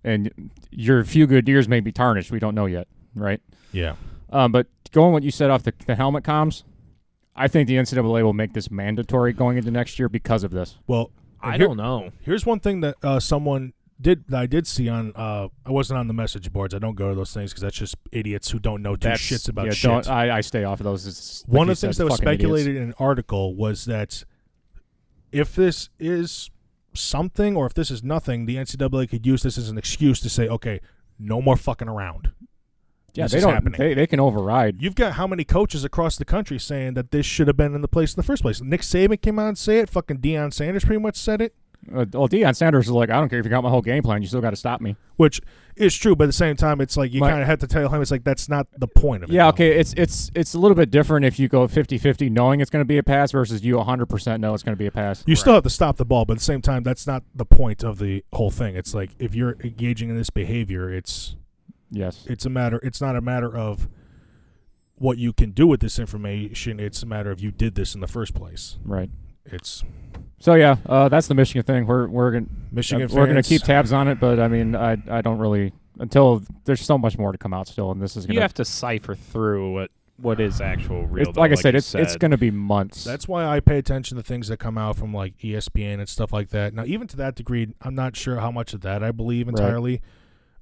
And your few good years may be tarnished. We don't know yet. Right.
Yeah,
Um, but going what you said off the, the helmet comms, I think the NCAA will make this mandatory going into next year because of this.
well,
I
here-
don't know.
Here's one thing that uh, someone did that I did see on. Uh, I wasn't on the message boards. I don't go to those things because that's just idiots who don't know two
That's-
shits about
yeah,
shit.
don't- I, I stay off of those. It's, like
one
you
of the things
said,
that was
fucking idiots.
speculated in an article was that if this is something or if this is nothing, the NCAA could use this as an excuse to say, okay, no more fucking around.
Yeah,
this
they
is
don't.
happening.
They, they can override.
You've got how many coaches across the country saying that this should have been in the place in the first place? Nick Saban came out and said it. Fucking Deion Sanders pretty much said it,
Uh, well, Deion Sanders is like, I don't care if you got my whole game plan, you still got to stop me.
which is true. But at the same time, it's like you
My-
kind of have to tell him it's like that's not the point of it.
Yeah,
though.
okay. It's it's it's a little bit different if you go 50-50 knowing it's going to be a pass versus you 100% know it's going to be a pass.
You still have to stop the ball, but at the same time, that's not the point of the whole thing. It's like if you're engaging in this behavior, it's
Yes.
it's a matter it's not a matter of what you can do with this information it's a matter of you did this in the first place
Right.
it's
So yeah, uh, that's the Michigan thing. We're we're gonna uh,
michigan
we're gonna
fans,
keep tabs on it, but I mean, I I don't really until there's so much more to come out still, and this is gonna.
You have to cipher through what what is actual real.
it's,
though,
like I said,
you
it's it's gonna be months.
that's why i pay attention to things that come out from like E espn and stuff like that now even to that degree i'm not sure how much of that i believe
Right.
entirely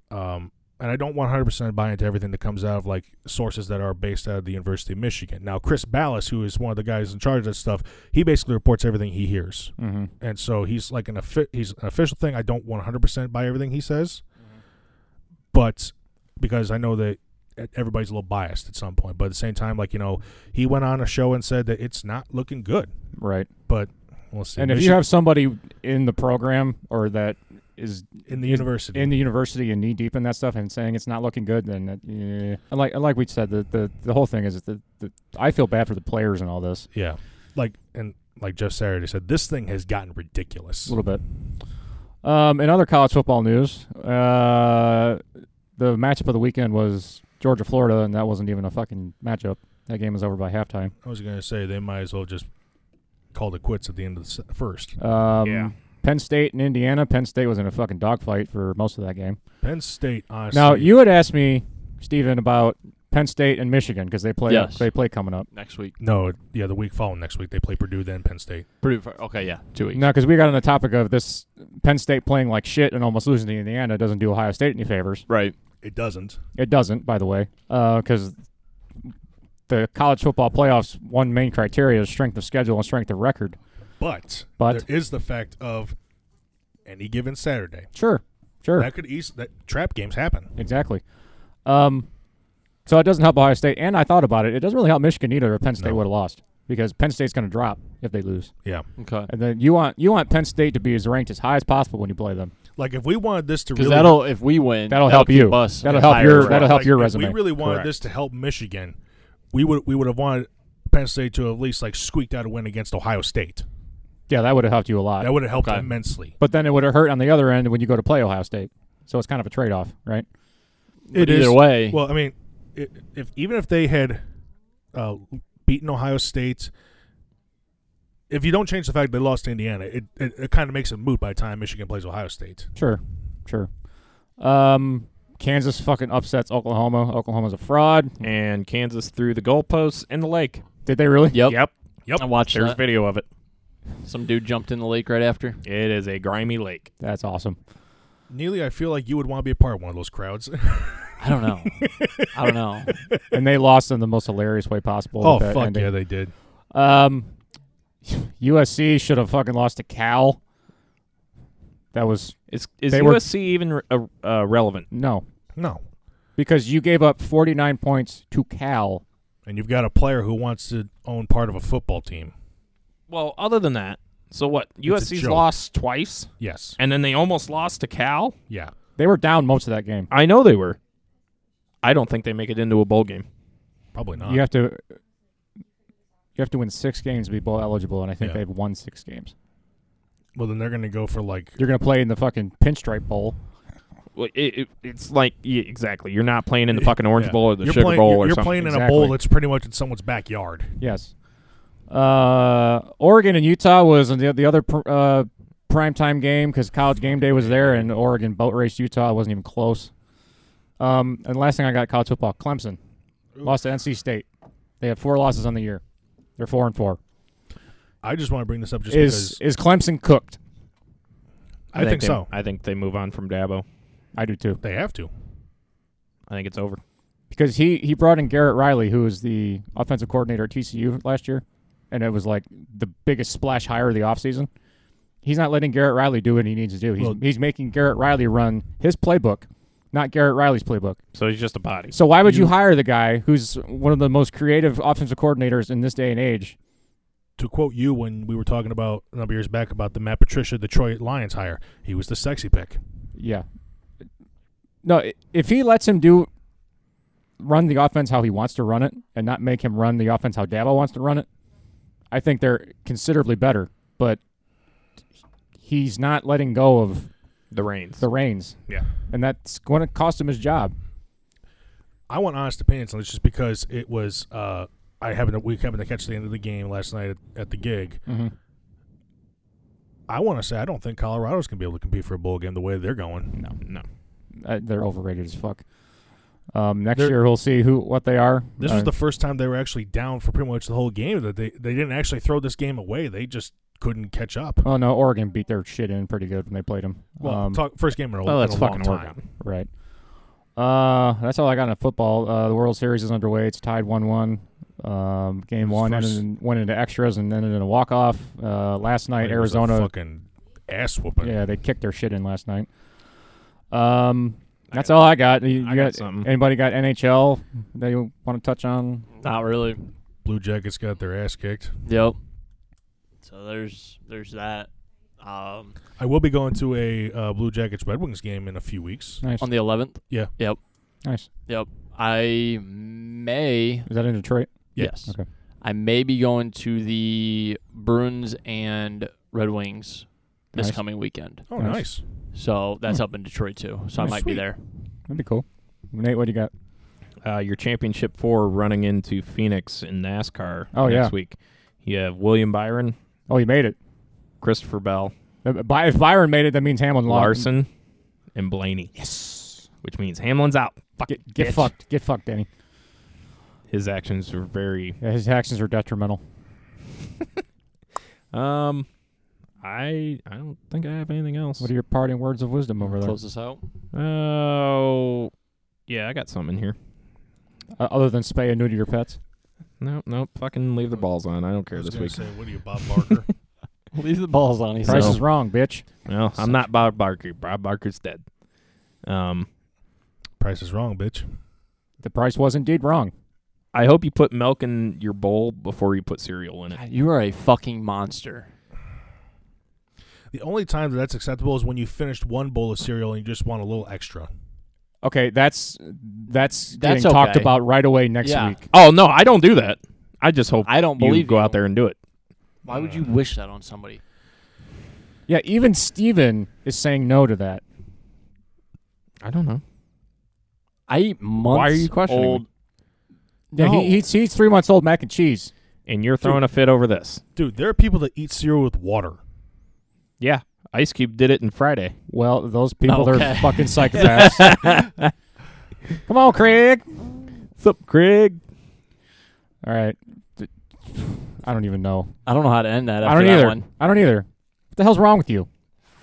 um and i don't 100% buy into everything that comes out of like sources that are based out of the university of michigan now chris ballas who is one of the guys in charge of that stuff he basically reports everything he hears
hmm
and so he's like an offi- he's an official thing. I don't 100% buy everything he says, but because I know that e-, everybody's a little biased at some point. But at the same time, like you know, he went on a show and said that it's not looking good.
Right.
But we'll see.
And if you
Michi-
have somebody in the program or that is
in the
is-
university,
in the university and knee deep in that stuff and saying it's not looking good, then that, yeah. And like and like we said, the, the, the whole thing is that the, I feel bad for the players and all this
yeah, like and like Jeff Saturday said, this thing has gotten ridiculous.
a little bit. Um, in other college football news, uh, the matchup of the weekend was Georgia Florida, and that wasn't even a fucking matchup. That game was over by halftime.
I was gonna say they might as well just call it quits at the end of the se- first.
Um,
Yeah.
Penn State and Indiana. Penn State was in a fucking dogfight for most of that game.
Penn State, honestly.
Now you had asked me, Steven, about Penn State and Michigan because they play
Yes.
they play coming up.
next week.
No, yeah, the week following next week they play Purdue, then Penn State.
Pretty far. Okay, yeah, two weeks.
No, because we got on the topic of this Penn State playing like shit and almost losing to Indiana doesn't do Ohio State any favors.
Right.
It doesn't.
It doesn't, by the way, because the college football playoffs one main criteria is strength of schedule and strength of record.
But,
But-
there is the fact of any given Saturday
Sure, sure,
that could ease that trap games happen.
exactly. Um, so it doesn't help Ohio State, and I thought about it. It doesn't really help Michigan either. If Penn State
No.
would have lost, because Penn State's going to drop if they lose,
Yeah,
Okay.
and then you want you want Penn State to be as ranked as high as possible when you play them.
like if we wanted this to
Because
really
that'll if we win,
That'll help
keep
you.
Us
That'll
at
help
higher
your-
rank.
that'll help
like,
your
if
resume.
we really wanted this to help Michigan, we would we would have wanted Penn State to at least like squeaked out a win against Ohio State.
Yeah, that would have helped you a lot.
That would have helped
Okay.
immensely.
But then it would have hurt on the other end when you go to play Ohio State. So it's kind of a trade off, right?
But either way,
Well, I mean, i if even if they had uh, beaten Ohio State, if you don't change the fact they lost to Indiana, it, it, it kind of makes it moot by the time Michigan plays Ohio State.
Sure, sure. Um, Kansas fucking upsets Oklahoma. Oklahoma's a fraud.
and Kansas threw the goalposts in the lake.
Did they really?
yep.
Yep.
I watched
There's
that.
video of it.
Some dude jumped in the lake right after.
It is a grimy lake.
That's awesome.
Neely, I feel like you would want to be a part of one of those crowds. *laughs*
I don't *laughs* know. I don't know.
and they lost in the most hilarious way possible.
Oh,
with that ending.
they did.
Um, *laughs* USC should have fucking lost to Cal. That was
Is is
They were-
USC even re- uh, uh, relevant?
no,
No,
because you gave up forty nine points to Cal.
and you've got a player who wants to own part of a football team.
Well, other than that, So what? USC's
joke.
lost twice,
Yes.
and then they almost lost to Cal.
Yeah.
They were down most of that game.
I know they were. I don't think they make it into a bowl game.
Probably not.
You have to you have to win six games to be bowl eligible, and I think
Yeah.
they've won six games.
Well, then they're gonna go for like
You're gonna play in the fucking pinstripe bowl.
Well, It, it, it's like yeah, exactly. You're not playing in the fucking Orange
Yeah.
Bowl or the
you're
Sugar
playing,
Bowl
you're,
or
you're
something.
playing in a
Exactly.
bowl that's pretty much in someone's backyard.
Yes. Uh, Oregon and Utah was the the other pr- uh, primetime game because College Game Day was there, and Oregon boat raced Utah. It wasn't even close. Um, and last thing I got college football, Clemson lost to NC State. They have four losses on the year. They're four and four.
I just want to bring this up just
Is
because
is Clemson cooked?
I, think,
they,
so.
I think they move on from Dabo.
I do too.
They have to.
I think it's over.
because he he brought in Garrett Riley, who was the offensive coordinator at TCU last year, and it was like the biggest splash hire of the offseason. He's not letting Garrett Riley do what he needs to do. He's,
Well-
he's making Garrett Riley run his playbook, not Garrett Riley's playbook.
So he's just a body.
So why would you, hire the guy who's one of the most creative offensive coordinators in this day and age?
To quote you when we were talking about a number of years back about the Matt Patricia Detroit Lions hire, he was the sexy pick.
Yeah. No, i- if he lets him do run the offense how he wants to run it and not make him run the offense how Dabo wants to run it, I think they're considerably better, but he's not letting go of
The reins.
the reins.
Yeah.
And that's going to cost him his job.
I want honest opinions on this just because it was. Uh, I happened to, we happened to catch the end of the game last night at, at the gig.
Mhm.
I want to say I don't think Colorado's gonna be able to compete for a bowl game the way they're going.
no, no.
Uh, they're overrated as fuck. Um, next
They're-
year we'll see who what they are.
This
Uh,
was the first time they were actually down for pretty much the whole game. That they they didn't actually throw this game away. They just couldn't catch up.
Oh no, Oregon beat their shit in pretty good when they played them.
Well,
um,
talk, first game in a,
Well,
in
oh, that's
a
fucking
long
work
time.
on.
Right. Uh, that's all I got in football. Uh, the World Series is underway. It's tied one-one. Um, game
This
one
first-
ended in, went into extras and ended in a walk-off. Uh, last night,
It was a
Arizona.
fucking ass whooping.
Yeah, they kicked their shit in last night. Um,
I
that's
got-
all I got. You,
I got
you got,
something.
anybody got NHL that you want to touch on?
Not really.
Blue Jackets got their ass kicked.
Yep. So there's there's that. Um,
I will be going to a uh, Blue Jackets Red Wings game in a few weeks.
Nice,
on the 11th.
Yeah.
Yep.
nice.
Yep. I may.
Is that in Detroit?
Yes.
Okay.
I may be going to the Bruins and Red Wings this
Nice.
coming weekend.
Oh,
Nice.
nice.
So that's up in Detroit too. So I
Yeah,
might
sweet.
be there.
That'd be cool. Nate, what do you got?
Uh, your championship four running into Phoenix in NASCAR
Oh,
next
yeah.
week. You have William Byron,
Oh, you made it.
Christopher Bell,
Uh, By, if Byron made it, that means Hamlin lost.
Larson, and Blaney. Yes. Which means Hamlin's out. Fuck
Get,
it,
get
bitch.
fucked. Get fucked, Danny.
His actions were very.
Yeah, his actions are detrimental.
Um, I I don't think I have anything else.
What are your parting words of wisdom over there?
Close this
*laughs*
out.
Oh, yeah, I got something in here.
Uh, other than spay and neuter your pets?
No, no, fucking leave their balls on. I don't
I
care
was
this
gonna
week.
say, what are you, Bob
*laughs*
Barker?
Leave the balls on. He
Price
So-
is wrong, bitch.
Well, I'm not Bob Barker. Bob Barker's dead. Um,
Price is wrong, bitch.
The price was indeed wrong.
I hope you put milk in your bowl before you put cereal in it.
You are a fucking monster.
The only time that that's acceptable is when you finished one bowl of cereal and you just want a little extra.
Okay, that's
That's
that's getting talked
okay.
about right away next
Yeah.
week.
Oh no, I don't do that. I just hope
I don't
you
believe
go
you.
out there and do it.
Why would you wish that on somebody?
Yeah, even Steven is saying no to that.
I don't know.
I eat months.
are you questioning me?
old.
Yeah,
No.
he, he, eats- he eats three months old mac and cheese.
And you're throwing a fit over this.
Dude, there are people that eat cereal with water.
Yeah, Ice Cube did it in Friday.
Well, those people are
Okay.
*laughs* fucking psychopaths.
*laughs*
Come on, Craig.
What's up, Craig?
All right. D- I don't even know.
I don't know how to end that. After
I don't
that
either.
One.
I don't either. What the hell's wrong with you?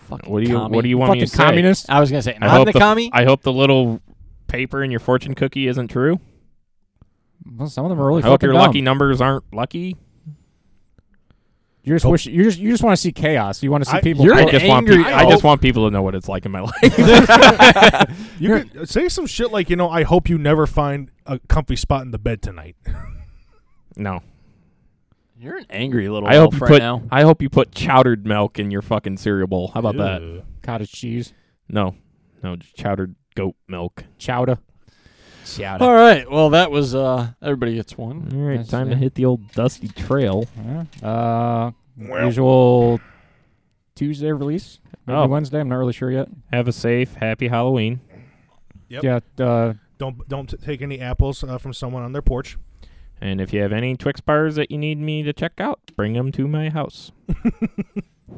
Fucking
What do you
commie.
What do you want me
Fucking
to say?
communist.
I was gonna say.
I
I'm
hope
the,
the-
commie.
I hope the little paper in your fortune cookie isn't true.
Well, some of them are really
I hope
fucking
your
dumb.
lucky numbers aren't lucky.
You just
Hope-
wish you just you just want to see chaos. You want to see
I-
people.
you're
I
an
just want
angry
pe- I
hope.
just want people to know what it's like in my *laughs* life.
You could say some shit like, you know, I hope you never find a comfy spot in the bed tonight.
no.
You're an angry little
I
elf
hope you
right
put
now.
I hope you put chowdered milk in your fucking cereal bowl. How about that?
Ew.
Cottage cheese,
No, no, just chowdered goat milk. Oh,
chowder.
All right. Well, that was uh everybody gets
All
one.
right,
That's
time
it.
to hit the old dusty trail.
Uh, usual Tuesday release. Maybe
Oh.
Wednesday. I'm not really sure yet.
Have a safe, happy Halloween.
Yeah. Uh,
Don't don't t- take any apples uh, from someone on their porch.
And if you have any Twix bars that you need me to check out, bring them to my house.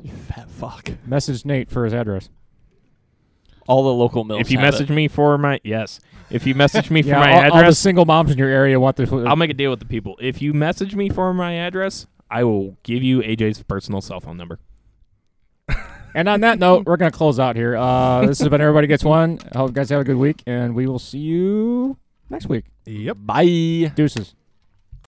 You fat fuck.
message Nate for his address.
All the local mills.
if you
have
message
it.
me for my yes, if you message *laughs* me for
yeah,
my
all, all the
address,
single moms in your area want this.
I'll make a deal with the people. If you message me for my address, I will give you AJ's personal cell phone number.
and on that note, we're gonna close out here. Uh, this has been everybody gets one. I hope you guys have a good week, and we will see you next week.
Yep.
bye.
Deuces.